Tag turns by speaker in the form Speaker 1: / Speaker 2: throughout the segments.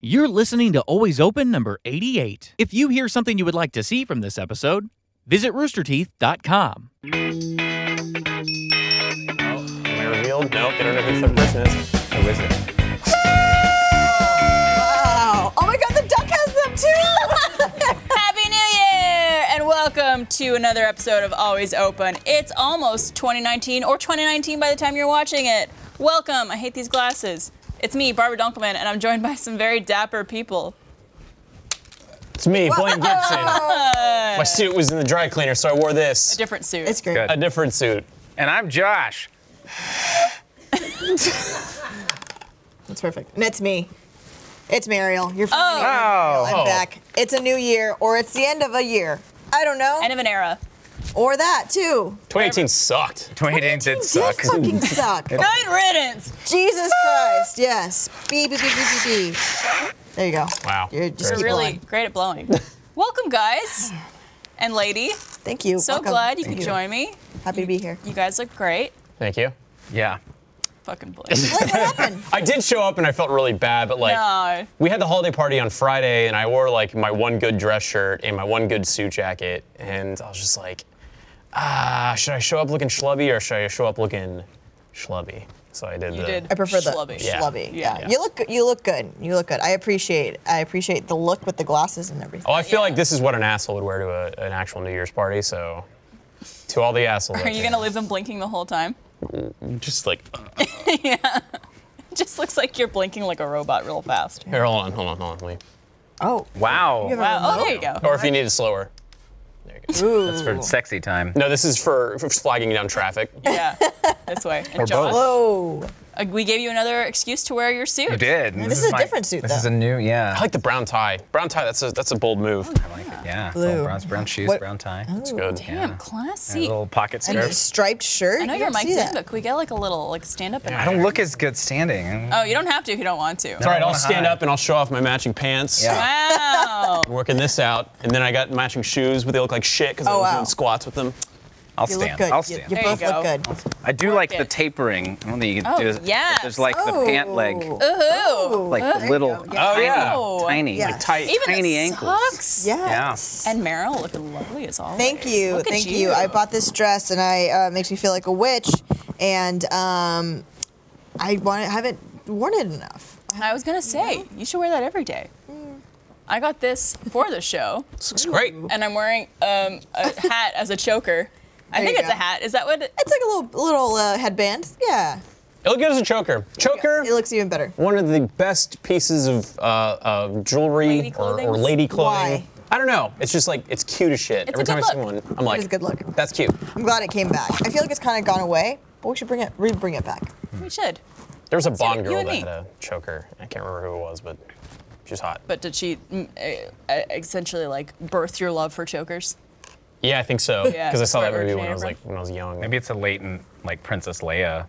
Speaker 1: You're listening to Always Open number 88. If you hear something you would like to see from this episode, visit roosterteeth.com.
Speaker 2: Am I revealed? No, they don't know who the person is. Who is it?
Speaker 3: Wow. Oh my god, the duck has them too!
Speaker 4: Happy New Year and welcome to another episode of Always Open. It's almost 2019 or 2019 by the time you're watching it. Welcome. I hate these glasses. It's me, Barbara Dunkelman, and I'm joined by some very dapper people.
Speaker 2: It's me, Blaine Gibson. My suit was in the dry cleaner, so I wore this.
Speaker 4: Different suit.
Speaker 3: it's great.
Speaker 2: A different suit.
Speaker 5: And I'm Josh.
Speaker 3: That's perfect. And it's me. It's Mariel. You're finally
Speaker 5: Oh.
Speaker 3: I'm back. It's a new year, or it's the end of a year. I don't know.
Speaker 4: End of an era.
Speaker 3: or that too.
Speaker 2: 2018 sucked.
Speaker 5: Dwayne Haynes did
Speaker 3: Did
Speaker 5: suck.
Speaker 3: fucking suck.
Speaker 4: Good riddance.
Speaker 3: Jesus Christ. Yes. Beep beep beep beep beep. beep. There you go.
Speaker 5: Wow.
Speaker 3: You're just
Speaker 5: Great.
Speaker 3: keep
Speaker 4: You're really
Speaker 3: going.
Speaker 4: great at blowing. welcome, guys and lady.
Speaker 3: Thank you.
Speaker 4: So
Speaker 3: Welcome.
Speaker 4: glad you
Speaker 3: Thank
Speaker 4: could join me.
Speaker 3: Happy to be here.
Speaker 4: You guys look great.
Speaker 2: Thank you.
Speaker 5: Yeah.
Speaker 4: Fucking blame.
Speaker 3: Like, what happened?
Speaker 2: I did show up and I felt really bad, but like
Speaker 4: no.
Speaker 2: we had the holiday party on Friday and I wore like my one good dress shirt and my one good suit jacket and I was just like, ah, should I show up looking schlubby or should I show up looking schlubby? So I did
Speaker 4: You
Speaker 2: the
Speaker 4: did.
Speaker 3: I prefer the
Speaker 4: Schlubby.
Speaker 2: Yeah.
Speaker 3: Schlubby. Yeah.
Speaker 4: Yeah.
Speaker 3: You look good. You look good. You look good. I appreciate. I appreciate the look with the glasses and everything.
Speaker 2: Oh, I feel like this is what an asshole would wear to a, an actual New Year's party, so to all the assholes.
Speaker 4: Are you gonna leave them blinking the whole time?
Speaker 2: just like
Speaker 4: just looks like you're blinking like a robot real fast.
Speaker 2: Here, hold on, hold on, hold on. Wait.
Speaker 3: Oh.
Speaker 5: Wow.
Speaker 3: You have a
Speaker 4: Wow.
Speaker 3: remote?
Speaker 4: Oh, there you go.
Speaker 2: Or if you need it slower. There you go.
Speaker 3: Ooh.
Speaker 5: That's for sexy time.
Speaker 2: No, this is for, for flagging down traffic.
Speaker 4: Yeah, this way. And John,
Speaker 5: both.
Speaker 3: Whoa.
Speaker 4: uh, we gave you another excuse to wear your suit.
Speaker 5: You did. and
Speaker 3: This is a different suit,
Speaker 5: This
Speaker 3: though.
Speaker 5: is a new, yeah.
Speaker 2: I like the brown tie. Brown tie. That's a that's a bold move.
Speaker 5: I like it. Yeah.
Speaker 3: Blue.
Speaker 5: Little Brown, brown shoes,
Speaker 3: What-
Speaker 5: brown tie.
Speaker 2: It's good.
Speaker 4: Oh, Damn,
Speaker 5: And a
Speaker 4: classy.
Speaker 5: little pocket
Speaker 3: And a
Speaker 5: scarf.
Speaker 3: striped shirt.
Speaker 4: Oh. I know
Speaker 3: You
Speaker 4: you're
Speaker 3: don't
Speaker 4: Mike
Speaker 3: see
Speaker 4: Dean,
Speaker 3: that.
Speaker 4: but could we get like a little like stand up?
Speaker 5: I don't look as good standing.
Speaker 4: Oh, you don't have to if you don't want to.
Speaker 2: All right, I'll
Speaker 5: wanna
Speaker 2: stand
Speaker 5: hide.
Speaker 2: up and I'll show off my matching pants.
Speaker 5: Yeah.
Speaker 4: Wow.
Speaker 2: I'm working this out, and then I got matching shoes, but they look like shit because I
Speaker 3: Oh,
Speaker 2: was
Speaker 3: wow.
Speaker 2: doing squats with them.
Speaker 5: I'll
Speaker 3: You
Speaker 5: stand.
Speaker 3: look good.
Speaker 5: I'll
Speaker 3: You-
Speaker 5: stand.
Speaker 3: You,
Speaker 4: There you
Speaker 3: both look
Speaker 4: go.
Speaker 3: good.
Speaker 5: I do like the
Speaker 4: it.
Speaker 5: tapering. I don't think you can
Speaker 4: Oh,
Speaker 5: do this.
Speaker 4: yes.
Speaker 5: There's like the pant leg.
Speaker 3: Oh.
Speaker 4: Ooh.
Speaker 5: Like the little
Speaker 3: yeah.
Speaker 2: Oh, yeah.
Speaker 4: Oh.
Speaker 5: tiny.
Speaker 3: Yeah.
Speaker 5: Like,
Speaker 2: Tight.
Speaker 4: Even
Speaker 5: tiny
Speaker 4: the
Speaker 5: ankles.
Speaker 4: socks.
Speaker 3: Yes.
Speaker 4: And Meryl looking lovely as always.
Speaker 3: Thank you,
Speaker 4: Look at
Speaker 3: thank you. I bought this dress, and I uh, makes me feel like a witch. And um, I want haven't worn it enough.
Speaker 4: I was gonna say you should wear that every day. I got this for the show,
Speaker 2: this looks great.
Speaker 4: and I'm wearing um, a hat as a choker. I
Speaker 3: There
Speaker 4: think
Speaker 3: you
Speaker 4: it's a
Speaker 3: go.
Speaker 4: hat. Is that what? It,
Speaker 3: It's like a little little uh, headband. Yeah.
Speaker 2: It looked good as a choker. Choker.
Speaker 3: It looks even better.
Speaker 2: one of the best pieces of uh, uh, jewelry
Speaker 4: Lady
Speaker 2: or,
Speaker 4: clothing?
Speaker 2: or lady clothing.
Speaker 3: Why?
Speaker 2: I don't know. It's just like it's cute as shit.
Speaker 4: It's a
Speaker 2: Every time
Speaker 4: good
Speaker 2: I see
Speaker 4: look.
Speaker 2: one, I'm like,
Speaker 3: is a good look.
Speaker 2: That's cute.
Speaker 3: I'm glad it came back. I feel like it's kind of gone away, but we should bring it re-bring it back.
Speaker 4: we should.
Speaker 2: There was a
Speaker 4: see,
Speaker 2: Bond
Speaker 4: you
Speaker 2: girl
Speaker 4: and
Speaker 2: that
Speaker 4: me.
Speaker 2: had a choker. I can't remember who it was, but she was hot.
Speaker 4: But did she mm, uh, uh, essentially like birth your love for chokers?
Speaker 2: yeah, I think so. Because
Speaker 4: Yeah,
Speaker 2: I saw
Speaker 4: that's
Speaker 2: that
Speaker 4: where it
Speaker 2: movie when I
Speaker 4: originated
Speaker 2: was like
Speaker 4: from.
Speaker 2: when I was young.
Speaker 5: Maybe it's a latent like Princess Leia,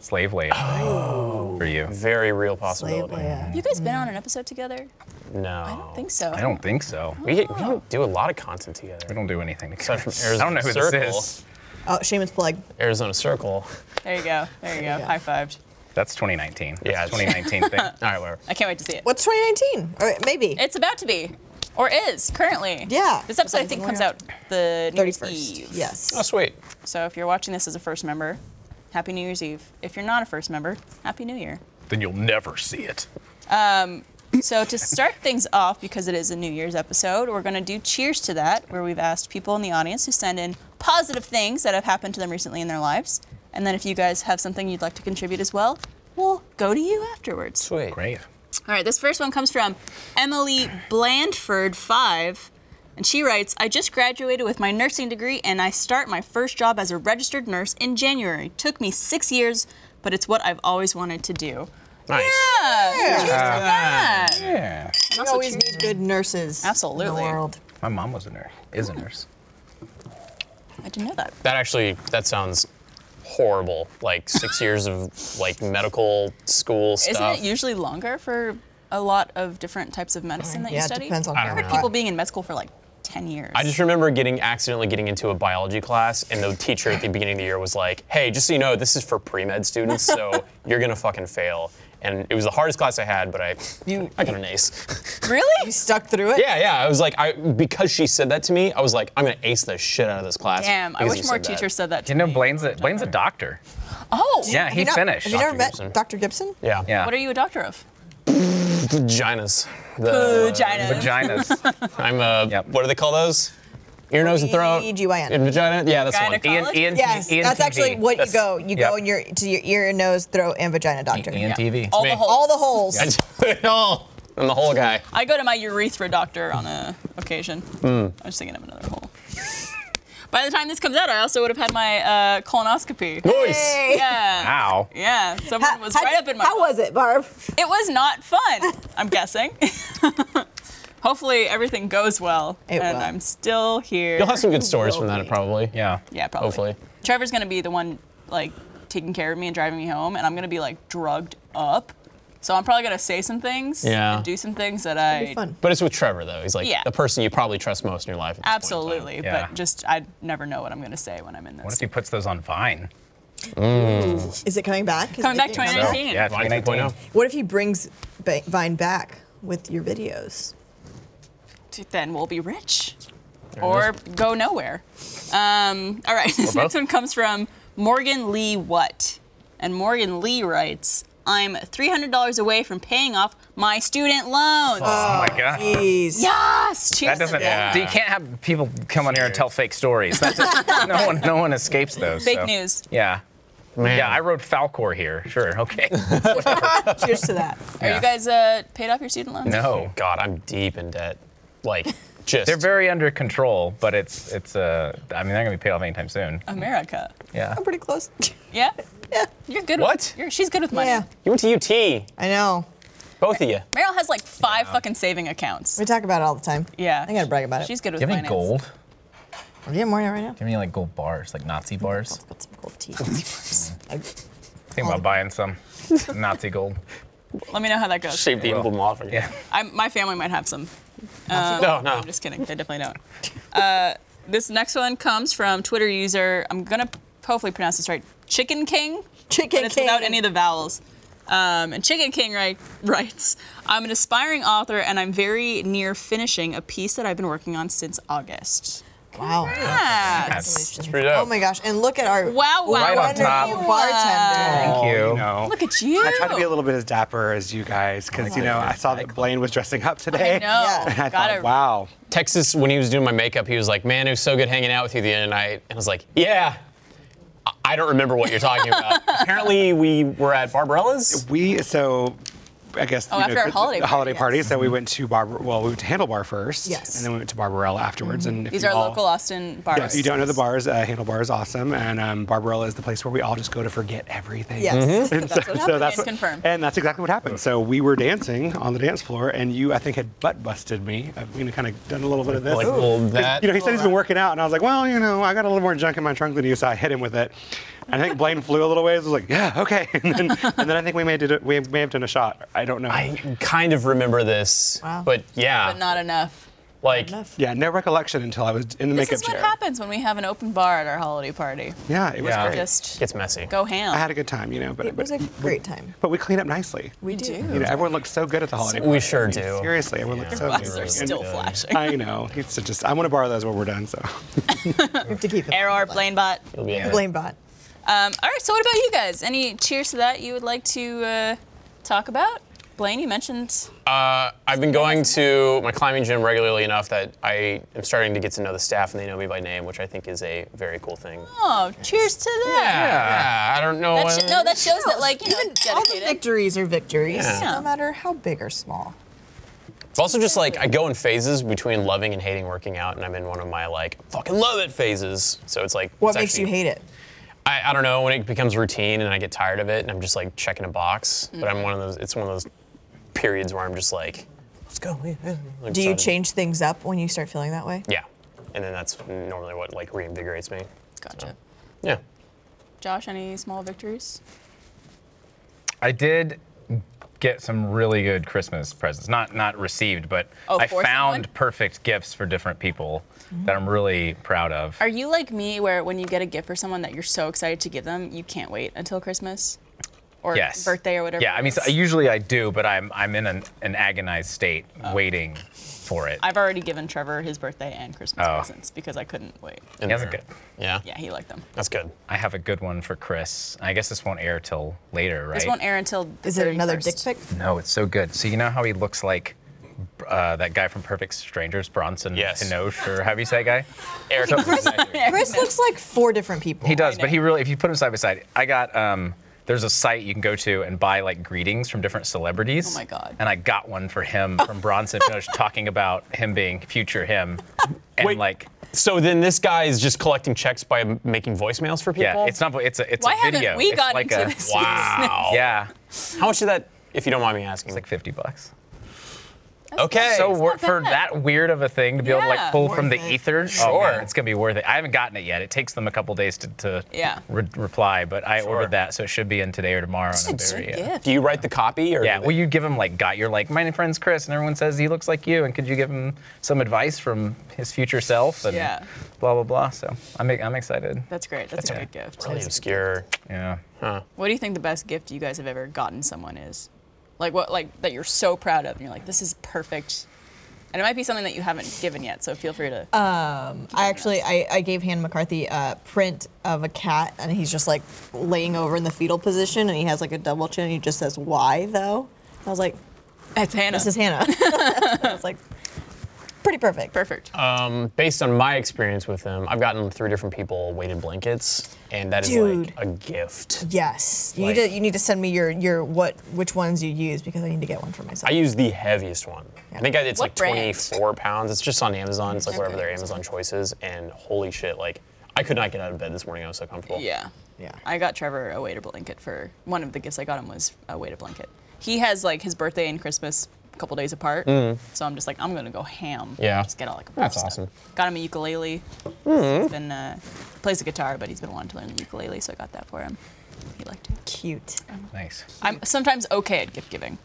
Speaker 5: slave Leia thing for you.
Speaker 2: very real
Speaker 3: Slave
Speaker 2: possibility.
Speaker 3: Leia.
Speaker 4: You guys been on an episode together?
Speaker 2: No.
Speaker 4: I don't think so.
Speaker 5: I don't think so.
Speaker 2: We, get- we don't do a lot of content together.
Speaker 5: We don't do anything together.
Speaker 2: Aside from
Speaker 5: I don't know
Speaker 2: Arizona
Speaker 5: who
Speaker 2: Circle.
Speaker 5: this is.
Speaker 3: Oh, shameless plug.
Speaker 2: Arizona Circle.
Speaker 4: There you go. There you go.
Speaker 3: Yeah.
Speaker 4: High fived.
Speaker 5: That's 2019. That's
Speaker 2: Yeah,
Speaker 5: yeah,
Speaker 2: it's-
Speaker 5: 2019 thing.
Speaker 2: All right, whatever.
Speaker 4: I can't wait to see it.
Speaker 3: What's 2019? Or maybe.
Speaker 4: It's about to be, or is currently.
Speaker 3: Yeah.
Speaker 4: This episode I think comes out the New Year's
Speaker 3: 31st.
Speaker 4: Eve.
Speaker 2: Oh,
Speaker 3: Yes.
Speaker 2: sweet.
Speaker 4: So if you're watching this as a first member, happy New Year's Eve. If you're not a first member, happy New Year. Um,
Speaker 5: then you'll never see it.
Speaker 4: So to start things off, because it is a New Year's episode, we're going to do cheers to that, where we've asked people in the audience to send in positive things that have happened to them recently in their lives, and then if you guys have something you'd like to contribute as well, we'll go to you afterwards.
Speaker 2: Sweet.
Speaker 5: Great.
Speaker 4: All right, this first one comes from Emily Blandford five, and she writes, "I just graduated with my nursing degree, and I start my first job as a registered nurse in January. Took me six years, but it's what I've always wanted to do."
Speaker 2: Nice.
Speaker 4: Yeah, cheers to that.
Speaker 5: Yeah.
Speaker 3: We always need good nurses. In the
Speaker 4: Absolutely.
Speaker 3: world.
Speaker 5: My mom was a nurse. Is a nurse.
Speaker 4: I didn't know that.
Speaker 2: That actually that sounds horrible. Like six years of like medical school stuff.
Speaker 4: Isn't it usually longer for a lot of different types of medicine that
Speaker 3: yeah,
Speaker 4: you
Speaker 3: it
Speaker 4: study?
Speaker 3: depends on
Speaker 2: I don't
Speaker 3: how-
Speaker 2: know.
Speaker 4: people being in med school for like 10 years.
Speaker 2: I just remember getting accidentally getting into a biology class, and the teacher at the beginning of the year was like, "Hey, just so you know, this is for pre med students, so you're gonna fucking fail." and it was the hardest class I had, but I I got an ace.
Speaker 4: Really?
Speaker 3: You stuck through it.
Speaker 2: yeah, yeah. I was like, I because she said that to me, I was like, I'm gonna ace the shit out of this class.
Speaker 4: Damn, I
Speaker 2: because
Speaker 4: wish
Speaker 2: you
Speaker 4: more
Speaker 2: said that.
Speaker 4: teachers said that to
Speaker 5: You know,
Speaker 4: me.
Speaker 5: Blaine's a, Blaine's a doctor.
Speaker 4: Oh,
Speaker 5: Yeah,
Speaker 3: Have
Speaker 5: he
Speaker 3: you not-
Speaker 5: finished.
Speaker 3: Have you never
Speaker 2: Dr.
Speaker 3: met
Speaker 2: Gibson.
Speaker 3: Dr. Gibson?
Speaker 2: Yeah.
Speaker 5: yeah.
Speaker 4: What are you a doctor of?
Speaker 2: Vaginas. The,
Speaker 4: Vagina.
Speaker 5: Vaginas.
Speaker 2: I'm a.
Speaker 5: Yep.
Speaker 2: What do they call those? Ear, nose, and throat.
Speaker 3: OBGYN.
Speaker 2: And vagina. Yeah, that's the one.
Speaker 4: Gyneco-
Speaker 5: Ian, Ian,
Speaker 3: Yes,
Speaker 5: Ian
Speaker 3: that's
Speaker 5: TV.
Speaker 3: actually what
Speaker 2: That's-
Speaker 3: you go. You
Speaker 5: yep.
Speaker 3: go in your to your ear, nose, throat, and vagina doctor.
Speaker 5: Ian TV.
Speaker 4: All
Speaker 2: me.
Speaker 4: the holes.
Speaker 3: All the holes.
Speaker 2: I do it all. I'm the whole guy.
Speaker 4: I go to my urethra doctor on a occasion.
Speaker 3: Mm.
Speaker 4: I was thinking of another hole. By the time this comes out, I also would have had my uh, colonoscopy.
Speaker 2: Voice.
Speaker 3: Hey.
Speaker 4: Yeah.
Speaker 5: Ow.
Speaker 4: Yeah, someone was
Speaker 3: How'd
Speaker 4: right
Speaker 3: you-
Speaker 4: up in my.
Speaker 3: How was it, Barb?
Speaker 4: It was not fun. I'm guessing. Hopefully everything goes well,
Speaker 3: It
Speaker 4: and
Speaker 3: will.
Speaker 4: I'm still here.
Speaker 2: You'll have some good stories from that, probably.
Speaker 5: Yeah.
Speaker 4: yeah, probably.
Speaker 2: Hopefully.
Speaker 4: Trevor's gonna be the one like taking care of me and driving me home, and I'm gonna be like drugged up. So I'm probably gonna say some things
Speaker 2: Yeah.
Speaker 4: and do some things that
Speaker 3: It'd
Speaker 4: I
Speaker 3: be fun.
Speaker 2: But it's with Trevor, though. He's like
Speaker 4: Yeah.
Speaker 2: the person you probably trust most in your life. at this point in time.
Speaker 4: Absolutely,
Speaker 5: Yeah.
Speaker 4: but just I never know what I'm gonna say when I'm in this.
Speaker 5: What if he puts those on Vine?
Speaker 3: Is it coming back? Is
Speaker 4: Coming
Speaker 3: it
Speaker 4: back
Speaker 5: So,
Speaker 3: making it
Speaker 4: 2019.
Speaker 5: yeah,
Speaker 2: Vine
Speaker 5: 2019.
Speaker 2: 2.0.
Speaker 3: What if he brings ba- Vine back with your videos?
Speaker 4: Then we'll be rich, or go nowhere. Um, all right, this next
Speaker 5: both.
Speaker 4: one comes from Morgan Lee What, and Morgan Lee writes, "I'm $300 away from paying off my student loans."
Speaker 5: Oh my god.
Speaker 3: Jeez.
Speaker 4: Yes, cheers.
Speaker 5: That
Speaker 4: to
Speaker 5: doesn't.
Speaker 4: that.
Speaker 5: You can't have people come on here and tell fake stories. That's just, no one, no one escapes those.
Speaker 4: Fake
Speaker 5: so.
Speaker 4: news.
Speaker 5: Yeah.
Speaker 2: Man.
Speaker 5: Yeah, I rode Falcor here. Sure. Okay.
Speaker 3: Cheers to that.
Speaker 4: Are you guys uh, paid off your student loans?
Speaker 5: No.
Speaker 2: Oh, God, I'm deep in debt. Like, just.
Speaker 5: They're very under control, but it's it's uh I mean they're gonna be paid off anytime soon.
Speaker 4: America.
Speaker 5: Yeah.
Speaker 3: I'm pretty close.
Speaker 4: Yeah.
Speaker 3: yeah.
Speaker 4: You're good.
Speaker 2: What?
Speaker 4: With, you're, she's good with money.
Speaker 3: Yeah.
Speaker 2: You went to UT,
Speaker 3: I know.
Speaker 2: both of you.
Speaker 4: Meryl has like five fucking saving accounts.
Speaker 3: We talk about it all the time.
Speaker 4: Yeah.
Speaker 3: I gotta brag about it.
Speaker 4: She's good with
Speaker 5: Do you have
Speaker 4: finance.
Speaker 5: any gold? Do
Speaker 3: I'm getting more right now.
Speaker 5: you have any like gold bars, like Nazi bars?
Speaker 3: Got some gold teeth. I-
Speaker 5: Think about buying some Nazi gold.
Speaker 4: Let me know how that goes.
Speaker 2: Shaved the emblem off again.
Speaker 5: Yeah.
Speaker 4: I, my family might have some.
Speaker 2: No, no.
Speaker 4: I'm just kidding. They definitely don't. Uh, this next one comes from Twitter user. I'm gonna hopefully pronounce this right. Chicken King.
Speaker 3: Chicken
Speaker 4: and it's
Speaker 3: King.
Speaker 4: without any of the vowels. Um, and Chicken King write, writes, I'm an aspiring author and I'm very near finishing a piece that I've been working on since August.
Speaker 3: Wow.
Speaker 4: Yeah.
Speaker 3: Congratulations.
Speaker 2: pretty dope.
Speaker 3: Oh my gosh. And look at our
Speaker 4: Wow, wow,
Speaker 5: Right on
Speaker 3: wonderful
Speaker 5: top.
Speaker 3: bartender.
Speaker 5: Thank you.
Speaker 6: you know.
Speaker 4: Look at you.
Speaker 6: I tried to be a little bit as dapper as you guys
Speaker 4: Oh
Speaker 6: because you know I saw that Blaine was dressing up today.
Speaker 4: I know.
Speaker 3: Yeah.
Speaker 6: And I
Speaker 4: Gotta-
Speaker 6: thought, wow,
Speaker 2: Texas, when he was doing my makeup, he was like, "Man, it was so good hanging out with you the other night." And I was like, "Yeah." I- I don't remember what you're talking about. Apparently, we were at Barbarella's.
Speaker 6: we so. I guess
Speaker 4: Oh,
Speaker 6: you
Speaker 4: after our
Speaker 6: know,
Speaker 4: holiday
Speaker 6: the holiday
Speaker 4: party,
Speaker 6: party. So we went to Barbar. Well, we went to Handlebar first.
Speaker 3: Yes.
Speaker 6: And then we went to Barbarella afterwards. And if
Speaker 4: Mm-hmm. These
Speaker 6: you
Speaker 4: are
Speaker 6: all-
Speaker 4: local Austin bars.
Speaker 6: Yeah, you don't know the bars. Uh, Handlebar is awesome, and um, Barbarella is the place where we all just go to forget everything.
Speaker 3: Yes.
Speaker 6: And
Speaker 4: That's what happened, yes,
Speaker 6: what-
Speaker 4: confirm.
Speaker 6: And that's exactly what happened. So we were dancing on the dance floor, and you, I think, had butt busted me. Uh, I've you know, kind of done a little bit of this.
Speaker 2: Like, well,
Speaker 6: Because,
Speaker 2: that-
Speaker 6: You know, he said he's been working out, and I was like, well, you know, I got a little more junk in my trunk than you, so I hit him with it. And I think Blaine flew a little ways. was like, yeah, okay. And then, and then I think we may, did it, we may have done a shot. I don't know.
Speaker 2: I kind of remember this,
Speaker 3: Wow.
Speaker 2: but yeah,
Speaker 4: But not enough.
Speaker 2: like
Speaker 6: yeah, no recollection until I was in the
Speaker 4: This
Speaker 6: makeup
Speaker 4: is what
Speaker 6: chair.
Speaker 4: happens when we have an open bar at our holiday party.
Speaker 6: Yeah, it was
Speaker 5: Yeah.
Speaker 6: great.
Speaker 4: Just
Speaker 2: gets messy.
Speaker 4: go ham.
Speaker 6: I had a good time, you know, but
Speaker 3: It was a great time.
Speaker 6: but we cleaned up nicely.
Speaker 4: we do.
Speaker 6: You know, everyone looked so good at the holiday.
Speaker 2: We
Speaker 6: party.
Speaker 2: sure
Speaker 6: I mean,
Speaker 2: do.
Speaker 6: Seriously, everyone looked so
Speaker 4: Glasses
Speaker 6: good.
Speaker 4: are
Speaker 6: And-
Speaker 4: still flashing.
Speaker 6: I know. It's just I want to borrow those when we're done. So
Speaker 3: We have to keep it.
Speaker 4: Error, Blaine bot.
Speaker 2: You'll be in it.
Speaker 3: Blame bot.
Speaker 4: Um, all right, so what about you guys? Any cheers to that you would like to uh, talk about? Blaine, you mentioned.
Speaker 2: I've been going to my climbing gym regularly enough that I am starting to get to know the staff and they know me by name, which I think is a very cool thing.
Speaker 4: Oh, cheers to that.
Speaker 2: Yeah, I don't know.
Speaker 4: That
Speaker 2: what-
Speaker 4: sh- no, that shows that, like, you know,
Speaker 3: All the
Speaker 4: dedicated.
Speaker 3: victories are victories,
Speaker 4: Yeah.
Speaker 3: no matter how big or small.
Speaker 2: It's also just like I go in phases between loving and hating working out, and I'm in one of my like fucking love it phases. So it's like
Speaker 3: What
Speaker 2: it's
Speaker 3: makes you
Speaker 2: actually-
Speaker 3: hate it?
Speaker 2: I, I don't know when it becomes routine and I get tired of it and I'm just like checking a box. But I'm one of those. It's one of those periods where I'm just like, let's go. yeah, yeah," like,
Speaker 3: Do you
Speaker 2: excited.
Speaker 3: change things up when you start feeling that way?
Speaker 2: Yeah, and then that's normally what like reinvigorates me.
Speaker 4: Gotcha.
Speaker 2: Yeah.
Speaker 4: Josh, any small victories?
Speaker 5: I did get some really good Christmas presents. Not not received, but
Speaker 4: Oh,
Speaker 5: I
Speaker 4: for
Speaker 5: found
Speaker 4: someone? Mm-hmm.
Speaker 5: perfect gifts for different people that I'm really proud of.
Speaker 4: Are you like me, where when you get a gift for someone that you're so excited to give them, you can't wait until Christmas? or
Speaker 5: yes.
Speaker 4: birthday or whatever.
Speaker 5: Yeah, I
Speaker 4: it
Speaker 5: mean, so
Speaker 4: is.
Speaker 5: usually I do, but I'm I'm in an, an agonized state
Speaker 4: Oh.
Speaker 5: waiting for it.
Speaker 4: I've already given Trevor his birthday and Christmas
Speaker 5: Oh.
Speaker 4: presents because I couldn't wait.
Speaker 5: He has a good.
Speaker 2: Yeah.
Speaker 4: Yeah, he liked them.
Speaker 2: That's good.
Speaker 5: I have a good one for Chris. I guess this won't air till later, right?
Speaker 4: This won't air until. The
Speaker 3: Is it another dick
Speaker 4: 31st.
Speaker 3: pic?
Speaker 5: No, it's so good. So you know how he looks like uh, that guy from Perfect Strangers, Bronson
Speaker 2: Yes.
Speaker 5: Pinochet, or however you say that guy?
Speaker 2: Eric.
Speaker 3: Chris looks like four different people.
Speaker 5: He does, but he really, if you put him side by side, I got, um, there's a site you can go to and buy like greetings from different celebrities.
Speaker 4: Oh my God.
Speaker 5: And I got one for him from Bronson Pinochet talking about him being future him. And
Speaker 2: Wait.
Speaker 5: like,
Speaker 2: so then this guy is just collecting checks by m- making voicemails for people.
Speaker 5: yeah, it's not, it's a, it's
Speaker 4: Why
Speaker 5: a
Speaker 4: haven't
Speaker 5: video.
Speaker 4: we
Speaker 5: It's
Speaker 4: gotten
Speaker 5: like
Speaker 4: to
Speaker 5: a,
Speaker 4: this?
Speaker 2: Wow.
Speaker 5: Yeah, it's
Speaker 2: How much did that? If you don't mind me asking.
Speaker 5: like 50 bucks.
Speaker 2: okay.
Speaker 5: So
Speaker 4: It's
Speaker 5: wor-
Speaker 4: not
Speaker 5: for
Speaker 4: bad.
Speaker 5: that weird of a thing to be able to
Speaker 4: Yeah.
Speaker 5: like pull from
Speaker 3: Worth
Speaker 5: the
Speaker 3: it.
Speaker 5: ether, oh,
Speaker 2: Sure.
Speaker 5: man, it's gonna be worth it. I haven't gotten it yet. It takes them a couple days to, to
Speaker 4: Yeah.
Speaker 5: re- reply, but I
Speaker 2: Sure.
Speaker 5: ordered that, so it should be in today or tomorrow.
Speaker 4: It's
Speaker 5: and
Speaker 4: a
Speaker 5: I'm very,
Speaker 4: good
Speaker 5: uh,
Speaker 4: gift.
Speaker 2: Do you write the copy or?
Speaker 5: Yeah,
Speaker 2: do
Speaker 5: well, you give him like got you're like my friend's Chris, and everyone says he looks like you, and could you give him some advice from his future self? And
Speaker 4: Yeah.
Speaker 5: blah blah blah. So I'm I'm excited.
Speaker 4: That's great. That's, a
Speaker 5: Yeah.
Speaker 4: good gift.
Speaker 2: really obscure.
Speaker 5: Yeah.
Speaker 4: What do you think the best gift you guys have ever gotten someone is? Like what like that you're so proud of and you're like, this is perfect. And it might be something that you haven't given yet, so feel free to
Speaker 3: I actually, I, I gave Han McCarthy a print of a cat, and he's just like laying over in the fetal position, and he has like a double chin, and he just says, "Why though?" I was like,
Speaker 4: That's Hannah.
Speaker 3: "This is Hannah." I was like, "Pretty perfect."
Speaker 4: perfect.
Speaker 2: Based on my experience with them, I've gotten three different people weighted blankets, and that is
Speaker 3: Dude.
Speaker 2: like a gift.
Speaker 3: Yes, you need
Speaker 2: Like-
Speaker 3: to you need to send me your your what which ones you use because I need to get one for myself.
Speaker 2: I use the heaviest one. I think I- it's
Speaker 4: What
Speaker 2: like
Speaker 4: brand?
Speaker 2: 24 pounds. It's just on Amazon. It's like whatever
Speaker 4: Okay.
Speaker 2: their Amazon choice is. And holy shit, like I could not get out of bed this morning. I was so comfortable.
Speaker 4: yeah.
Speaker 3: yeah.
Speaker 4: I got Trevor a waiter blanket for one of the gifts I got him was a waiter blanket. He has like his birthday and Christmas a couple days apart. So I'm just like, I'm gonna go ham.
Speaker 2: Mm. Yeah.
Speaker 4: Just get all like a bunch
Speaker 2: That's
Speaker 4: of stuff.
Speaker 2: awesome. Mm.
Speaker 4: Got him a ukulele. He's been uh, plays the guitar, but he's been wanting to learn the ukulele, so I got that for him. He liked it.
Speaker 3: Cute.
Speaker 5: Nice.
Speaker 4: I'm sometimes okay at gift giving.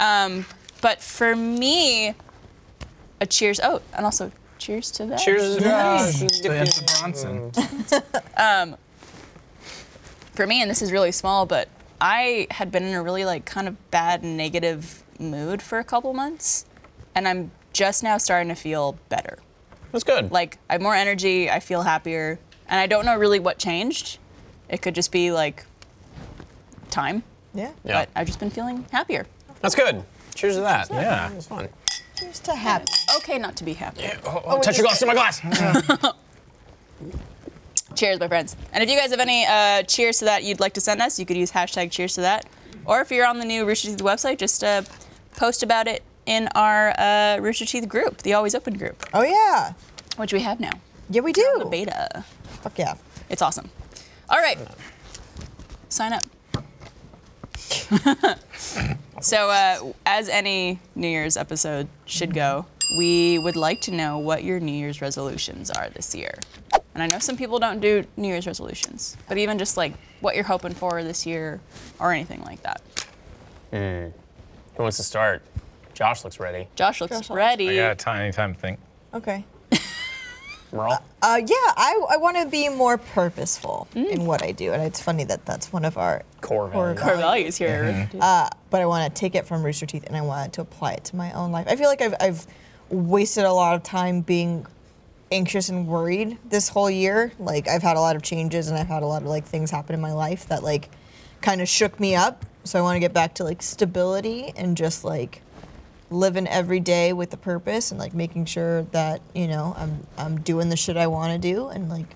Speaker 4: Um, but for me, a cheers. Oh, and also cheers to that.
Speaker 2: Cheers.
Speaker 5: Bronson.
Speaker 4: For me, and this is really small, but I had been in a really like kind of bad negative mood for a couple months, and I'm just now starting to feel better.
Speaker 2: That's good.
Speaker 4: Like I have more energy, I feel happier, and I don't know really what changed. It could just be like time,
Speaker 3: Yeah.
Speaker 2: Yeah.
Speaker 4: but I've just been feeling happier.
Speaker 2: That's good. Cheers to that.
Speaker 5: Yeah.
Speaker 2: It's fun.
Speaker 3: Just a happy.
Speaker 4: Okay, not to be happy.
Speaker 2: Oh, oh, touch your glass to my glass.
Speaker 4: Cheers, my friends. And if you guys have any uh, cheers to that you'd like to send us, you could use hashtag cheers to that. Or if you're on the new Rooster Teeth website, just uh, post about it in our uh, Rooster Teeth group, the Always Open group,
Speaker 3: Oh yeah.
Speaker 4: which we have now.
Speaker 3: Yeah, we
Speaker 4: The
Speaker 3: do.
Speaker 4: beta.
Speaker 3: Fuck yeah.
Speaker 4: It's awesome. All right. Sign up. so, uh, as any New Year's episode should go, we would like to know what your New Year's resolutions are this year. And I know some people don't do New Year's resolutions, but even just like what you're hoping for this year or anything like that.
Speaker 2: Who wants to start? Josh looks ready.
Speaker 4: Josh looks
Speaker 3: Josh,
Speaker 4: ready.
Speaker 5: I got a tiny time to think.
Speaker 3: Okay.
Speaker 2: Merle?
Speaker 3: Uh, yeah, I, I want to be more purposeful in what I do, and it's funny that that's one of our
Speaker 2: Core values.
Speaker 4: Mm. Core values here.
Speaker 3: but I want to take it from Rooster Teeth and I want to apply it to my own life. I feel like I've, I've wasted a lot of time being anxious and worried this whole year. Like I've had a lot of changes and I've had a lot of like things happen in my life that like kind of shook me up. So I want to get back to like stability and just like living every day with a purpose and like making sure that you know I'm I'm doing the shit I want to do and like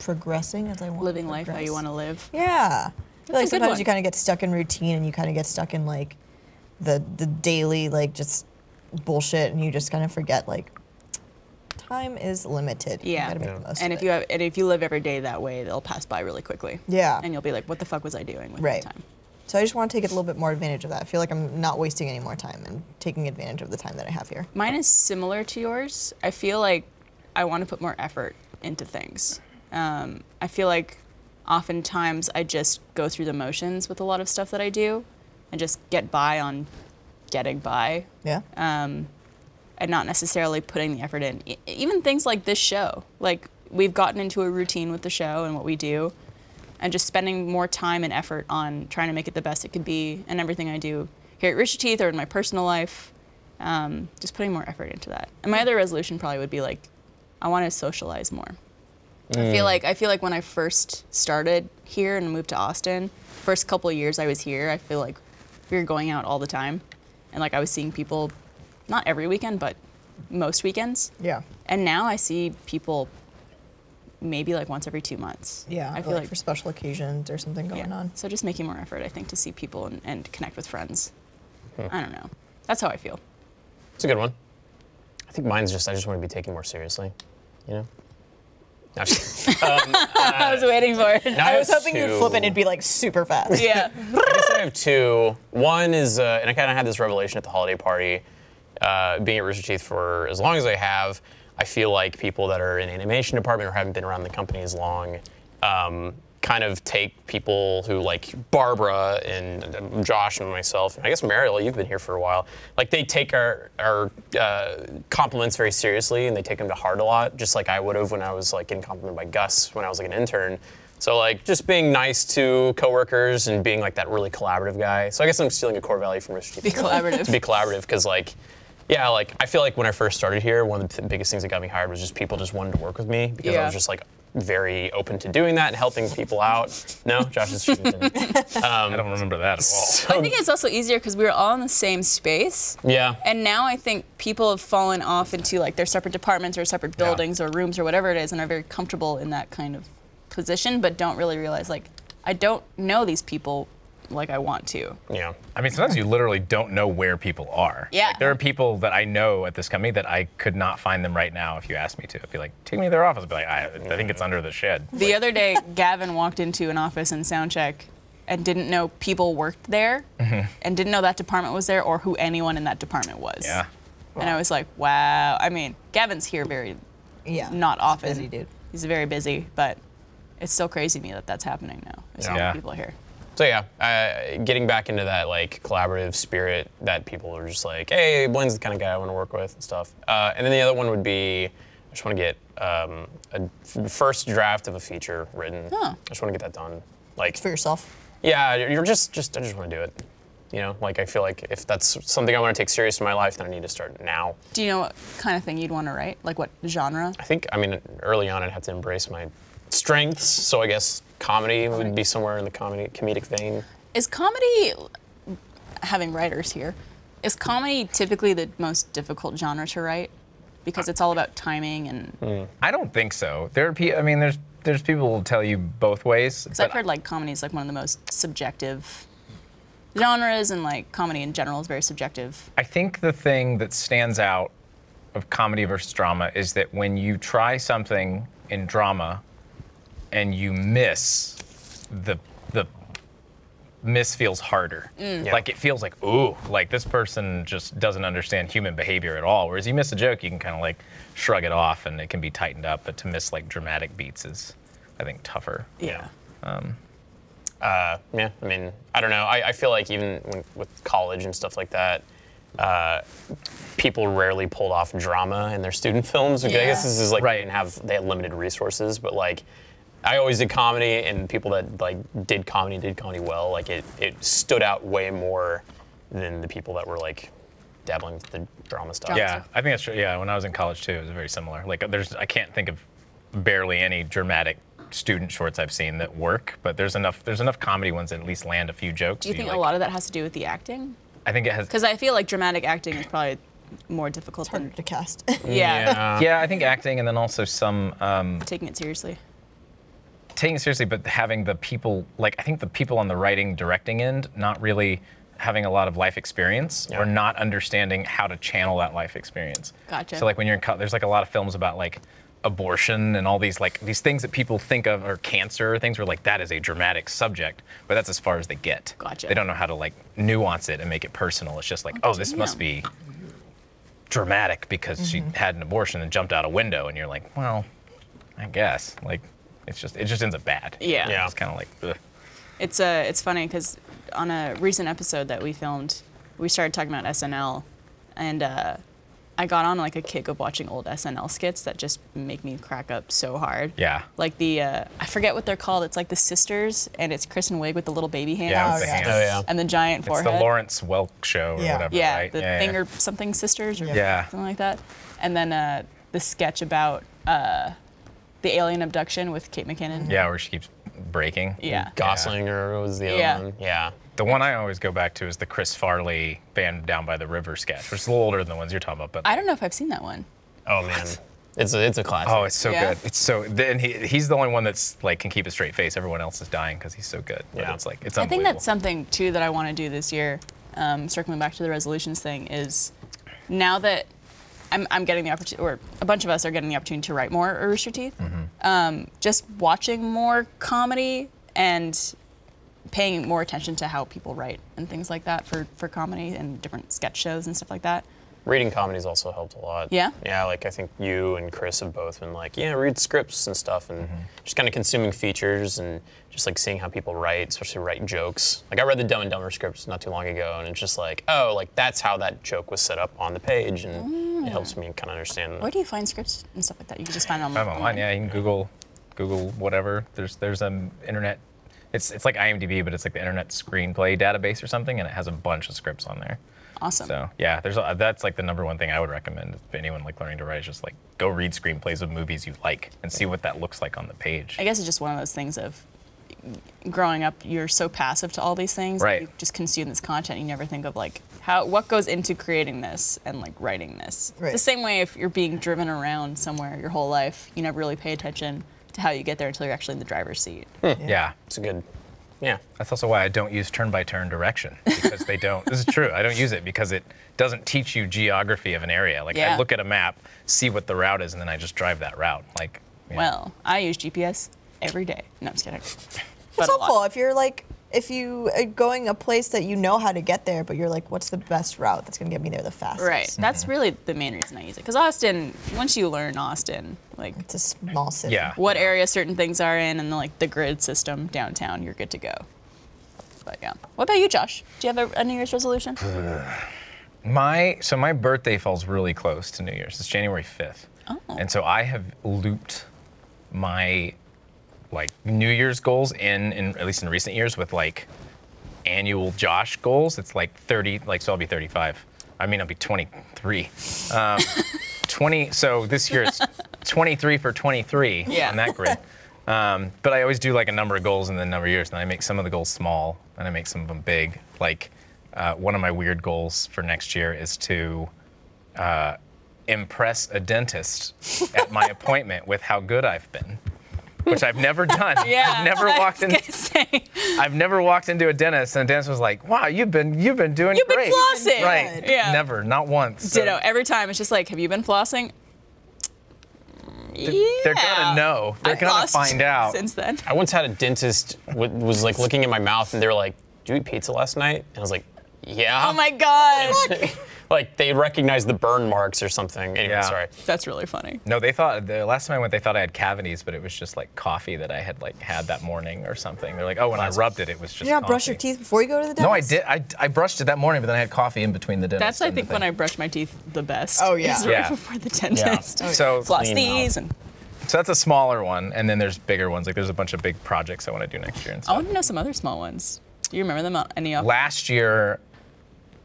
Speaker 3: progressing as I want.
Speaker 4: Living life how you want
Speaker 3: to.
Speaker 4: to live.
Speaker 3: Yeah. I feel like
Speaker 4: a good
Speaker 3: sometimes
Speaker 4: one.
Speaker 3: you kind of get stuck in routine and you kind of get stuck in like the the daily like just bullshit and you just kind of forget like time is limited. You
Speaker 4: Yeah.
Speaker 3: gotta make the most
Speaker 4: And
Speaker 3: of
Speaker 4: if
Speaker 3: it.
Speaker 4: you have, and if you live every day that way, they'll pass by really quickly.
Speaker 3: Yeah.
Speaker 4: And you'll be like, what the fuck was I doing with
Speaker 3: Right.
Speaker 4: my time?
Speaker 3: so I just want to take a little bit more advantage of that. I feel like I'm not wasting any more time and taking advantage of the time that I have here.
Speaker 4: Mine is similar to yours. I feel like I want to put more effort into things. Um, I feel like oftentimes I just go through the motions with a lot of stuff that I do and just get by on getting by
Speaker 3: Yeah.
Speaker 4: Uh, and not necessarily putting the effort in. E- Even things like this show, like we've gotten into a routine with the show and what we do, and just spending more time and effort on trying to make it the best it could be and everything I do here at Rooster Teeth or in my personal life. Um, just putting more effort into that. And my other resolution probably would be like, I want to socialize more. I feel like I feel like when I first started here and moved to Austin, first couple of years I was here, I feel like we were going out all the time, and like I was seeing people, not every weekend, but most weekends.
Speaker 3: Yeah.
Speaker 4: And now I see people maybe like once every two months.
Speaker 3: Yeah.
Speaker 4: I feel
Speaker 3: like,
Speaker 4: like,
Speaker 3: for special occasions or something going
Speaker 4: yeah.
Speaker 3: on.
Speaker 4: So just making more effort, I think, to see people and, and connect with friends. I don't know. That's how I feel.
Speaker 2: It's a good one. I think mine's just I just want to be taken more seriously, you know. No, I'm just kidding.
Speaker 4: I was waiting for it.
Speaker 2: Now
Speaker 3: I was
Speaker 2: have
Speaker 3: hoping you
Speaker 2: two.
Speaker 3: would flip it and it'd be like super fast.
Speaker 4: Yeah.
Speaker 2: I guess I have two. One is, uh, and I kind of had this revelation at the holiday party. Uh, being at Rooster Teeth for as long as I have, I feel like people that are in animation department or haven't been around the company as long, um, kind of take people who like Barbara and um, Josh and myself. And I guess Mariel, you've been here for a while. Like they take our our uh, compliments very seriously and they take them to heart a lot, just like I would have when I was like getting complimented by Gus when I was like an intern. So like just being nice to coworkers and being like that really collaborative guy. So I guess I'm stealing a core value from Rooster
Speaker 4: Be
Speaker 2: Teeth.
Speaker 4: collaborative.
Speaker 2: to be collaborative because like, yeah, like I feel like when I first started here, one of the th- biggest things that got me hired was just people just wanted to work with me because I
Speaker 4: Yeah.
Speaker 2: was just like very open to doing that and helping people out. No, Josh is
Speaker 5: I don't remember that at all.
Speaker 2: so,
Speaker 4: I think it's also easier because we were all in the same space.
Speaker 2: yeah.
Speaker 4: And now I think people have fallen off into like their separate departments or separate buildings or rooms or whatever it is and are very comfortable in that kind of position, but don't really realize like I don't know these people like I want to.
Speaker 2: yeah.
Speaker 5: I mean, sometimes you literally don't know where people are.
Speaker 4: Yeah.
Speaker 5: Like, there are people that I know at this company that I could not find them right now if you asked me to. I'd be like, take me to their office. I'd be like, I, I think it's under the shed.
Speaker 4: The other day, Gavin walked into an office in soundcheck and didn't know people worked there
Speaker 5: Mm-hmm.
Speaker 4: and didn't know that department was there or who anyone in that department was.
Speaker 5: Yeah.
Speaker 4: And I was like, wow. I mean, Gavin's here very
Speaker 3: Yeah.
Speaker 4: not often.
Speaker 3: busy dude.
Speaker 4: He's very busy, but it's still crazy to me that that's happening now. There's so
Speaker 5: Yeah.
Speaker 4: many people here.
Speaker 2: So yeah, uh, getting back into that like collaborative spirit that people are just like, hey, Blaine's the kind of guy I want to work with and stuff. Uh, and then the other one would be, I just want to get um, a f- first draft of a feature written.
Speaker 4: Huh.
Speaker 2: I just want to get that done. Like
Speaker 3: For yourself.
Speaker 2: Yeah, you're just just I just want to do it. You know, like I feel like if that's something I want to take serious in my life, then I need to start now.
Speaker 4: Do you know what kind of thing you'd want to write? Like what genre?
Speaker 2: I think I mean early on I'd have to embrace my strengths, so I guess comedy would be somewhere in the comedy comedic vein.
Speaker 4: Is comedy, having writers here, is comedy typically the most difficult genre to write? Because it's all about timing and
Speaker 5: I don't think so. There are pe- I mean, there's there's people who will tell you both ways.
Speaker 4: Because
Speaker 5: but
Speaker 4: I've heard like comedy is like one of the most subjective genres, and like comedy in general is very subjective.
Speaker 5: I think the thing that stands out of comedy versus drama is that when you try something in drama and you miss, the the miss feels harder.
Speaker 2: Yeah.
Speaker 5: Like it feels like ooh, like this person just doesn't understand human behavior at all. Whereas you miss a joke, you can kind of like shrug it off and it can be tightened up. But to miss like dramatic beats is, I think, tougher.
Speaker 4: Yeah.
Speaker 2: Yeah, I mean, I don't know. I, I feel like even when, with college and stuff like that, uh, people rarely pulled off drama in their student films. because I guess
Speaker 4: Yeah.
Speaker 2: this is like
Speaker 5: Right.
Speaker 2: they didn't have they had limited resources, but like I always did comedy, and people that like did comedy did comedy well. Like it it stood out way more than the people that were like dabbling with the drama stuff.
Speaker 4: Drama.
Speaker 5: Yeah, I think that's true. Yeah, when I was in college too, it was very similar. Like, there's I can't think of barely any dramatic student shorts I've seen that work, but there's enough there's enough comedy ones that at least land a few jokes.
Speaker 4: Do you
Speaker 5: that
Speaker 4: think
Speaker 5: like.
Speaker 4: a lot of that has to do with the acting?
Speaker 5: I think it has.
Speaker 4: Because I feel like dramatic acting is probably more difficult
Speaker 3: Harder
Speaker 4: than
Speaker 3: to cast.
Speaker 4: yeah,
Speaker 2: Uh,
Speaker 5: Yeah, I think acting and then also some um,
Speaker 4: taking it seriously.
Speaker 5: taking it seriously, but having the people like I think the people on the writing directing end not really having a lot of life experience or not understanding how to channel that life experience.
Speaker 4: Gotcha.
Speaker 5: So like when you're in co- there's like a lot of films about like abortion and all these like these things that people think of or cancer things where like that is a dramatic subject, but that's as far as they get.
Speaker 4: Gotcha.
Speaker 5: They don't know how to like nuance it and make it personal. It's just like, oh, this must be dramatic because she
Speaker 4: Mm-hmm.
Speaker 5: had an abortion and jumped out a window and you're like, well, I guess. Like it's just it just ends up bad.
Speaker 4: Yeah.
Speaker 2: Yeah.
Speaker 5: It's kind of like ugh.
Speaker 4: It's uh, it's funny because on a recent episode that we filmed, we started talking about SNL, and uh, I got on like a kick of watching old SNL skits that just make me crack up so hard.
Speaker 5: Yeah.
Speaker 4: Like the uh, I forget what they're called. It's like the sisters, and it's Chris and Wig with the little baby hands.
Speaker 5: Yeah, with
Speaker 3: Oh,
Speaker 5: the
Speaker 3: yes.
Speaker 5: hands.
Speaker 2: Oh, yeah.
Speaker 4: And the giant
Speaker 5: It's
Speaker 4: forehead.
Speaker 5: the Lawrence Welk show or
Speaker 3: Yeah.
Speaker 5: whatever,
Speaker 4: yeah,
Speaker 5: right?
Speaker 4: the
Speaker 5: yeah,
Speaker 4: thing or something sisters or
Speaker 5: Yeah.
Speaker 4: something like that. And then uh, the sketch about uh, the alien abduction with Kate McKinnon.
Speaker 5: yeah, where she keeps breaking.
Speaker 4: Yeah.
Speaker 2: Gosling or what was the other
Speaker 4: Yeah.
Speaker 2: one? Yeah.
Speaker 5: The one I always go back to is the Chris Farley band down by the river sketch, which is a little older than the ones you're talking about. But
Speaker 4: I don't know if I've seen that one.
Speaker 2: Oh man, it's a, it's a classic.
Speaker 5: Oh, it's so
Speaker 4: Yeah.
Speaker 5: good. It's so then he, he's the only one that's like can keep a straight face. Everyone else is dying because he's so good. But
Speaker 2: Yeah.
Speaker 5: it's like it's
Speaker 4: I think
Speaker 5: unbelievable.
Speaker 4: that's something too that I want to do this year. Um, circling back to the resolutions thing is now that I'm, I'm getting the opportunity, or a bunch of us are getting the opportunity to write more Rooster Teeth.
Speaker 5: Mm-hmm.
Speaker 4: Um, just watching more comedy and paying more attention to how people write and things like that for, for comedy and different sketch shows and stuff like that.
Speaker 2: Reading comedy's also helped a lot.
Speaker 4: Yeah?
Speaker 2: Yeah, like I think you and Chris have both been like, yeah, read scripts and stuff, and just kind of consuming features and just like seeing how people write, especially write jokes. Like I read the Dumb and Dumber scripts not too long ago, and it's just like, oh, like that's how that joke was set up on the page, and it
Speaker 4: Mm.
Speaker 2: helps me kind of understand.
Speaker 4: Where do you find scripts and stuff like that? You can just find them
Speaker 5: I'm online. Yeah, you can Google Google whatever. There's there's an internet. It's it's like IMDb, but it's like the internet screenplay database or something, and it has a bunch of scripts on there.
Speaker 4: Awesome.
Speaker 5: So yeah, there's a, that's like the number one thing I would recommend if anyone like learning to write is just like go read screenplays of movies you like and see what that looks like on the page.
Speaker 4: I guess it's just one of those things of growing up, you're so passive to all these things. that
Speaker 5: Right.
Speaker 4: You just consume this content. You never think of like how what goes into creating this and like writing this. It's
Speaker 3: Right.
Speaker 4: the same way if you're being driven around somewhere your whole life, you never really pay attention to how you get there until you're actually in the driver's seat.
Speaker 5: yeah.
Speaker 2: It's a good, yeah.
Speaker 5: That's also why I don't use turn by turn direction because they don't. this is true. I don't use it because it doesn't teach you geography of an area. Like
Speaker 4: Yeah.
Speaker 5: I look at a map, see what the route is, and then I just drive that route. Like, yeah.
Speaker 4: Well, I use GPS every day. No, I'm just kidding. But
Speaker 3: It's
Speaker 4: a lot.
Speaker 3: helpful if you're like if you are going a place that you know how to get there, but you're like, what's the best route that's gonna get me there the fastest?
Speaker 4: Right. That's
Speaker 5: Mm-hmm.
Speaker 4: really the main reason I use it. Because Austin, once you learn Austin, like
Speaker 3: It's a small city.
Speaker 5: yeah.
Speaker 4: what area certain things are in and like the grid system downtown, you're good to go. But yeah. What about you, Josh? Do you have a, a New Year's resolution?
Speaker 5: My so my birthday falls really close to New Year's. It's January fifth,
Speaker 4: Oh.
Speaker 5: and so I have looped my like New Year's goals in, in at least in recent years with like annual Josh goals. It's like thirty, like so I'll be thirty-five. I mean I'll be twenty-three. Um, Twenty. So this year it's twenty-three for twenty-three
Speaker 4: Yeah.
Speaker 5: on that grid. Um, but I always do like a number of goals and then number of years, and I make some of the goals small and I make some of them big. Like uh, one of my weird goals for next year is to uh, impress a dentist at my appointment with how good I've been, which I've never done. I've never
Speaker 4: I was
Speaker 5: walked in.
Speaker 4: gonna say.
Speaker 5: I've never walked into a dentist and the dentist was like, "Wow, you've been you've been doing
Speaker 4: You've been
Speaker 5: great."
Speaker 4: flossing.
Speaker 5: Right?
Speaker 4: Yeah.
Speaker 5: Never, not once. So
Speaker 4: Ditto. Every time it's just like, have you been flossing?
Speaker 5: They're
Speaker 4: Yeah.
Speaker 5: gonna know. They're
Speaker 4: I've
Speaker 5: gonna
Speaker 4: flossed
Speaker 5: find out.
Speaker 4: Since then. Oh
Speaker 2: I once had a dentist w- was like looking in my mouth, and they were like, "Did you eat pizza last night?" And I was like, "Yeah."
Speaker 4: Oh my god.
Speaker 2: Like they recognized the burn marks or something. Anyway,
Speaker 5: Yeah.
Speaker 2: sorry.
Speaker 4: That's really funny.
Speaker 5: No, they thought the last time I went, they thought I had cavities, but it was just like coffee that I had like had that morning or something. They're like, oh, when I rubbed it, it was just.
Speaker 3: You not brush your
Speaker 5: coffee."
Speaker 3: teeth before you go to the dentist?
Speaker 5: No, I did. I, I brushed it that morning, but then I had coffee in between the dentist.
Speaker 4: That's I
Speaker 5: and the
Speaker 4: think when I
Speaker 5: thing.
Speaker 4: brush my teeth the best.
Speaker 3: Oh, yeah. Oh,
Speaker 4: Is right
Speaker 5: Yeah.
Speaker 4: before the dentist.
Speaker 5: So, so
Speaker 4: Floss
Speaker 2: Clean
Speaker 4: these and
Speaker 5: that's a smaller one, and then there's bigger ones. Like there's a bunch of big projects I want to do next year
Speaker 4: I
Speaker 5: and stuff.
Speaker 4: want to know oh, some other small ones. Do you remember them on any off?
Speaker 5: last year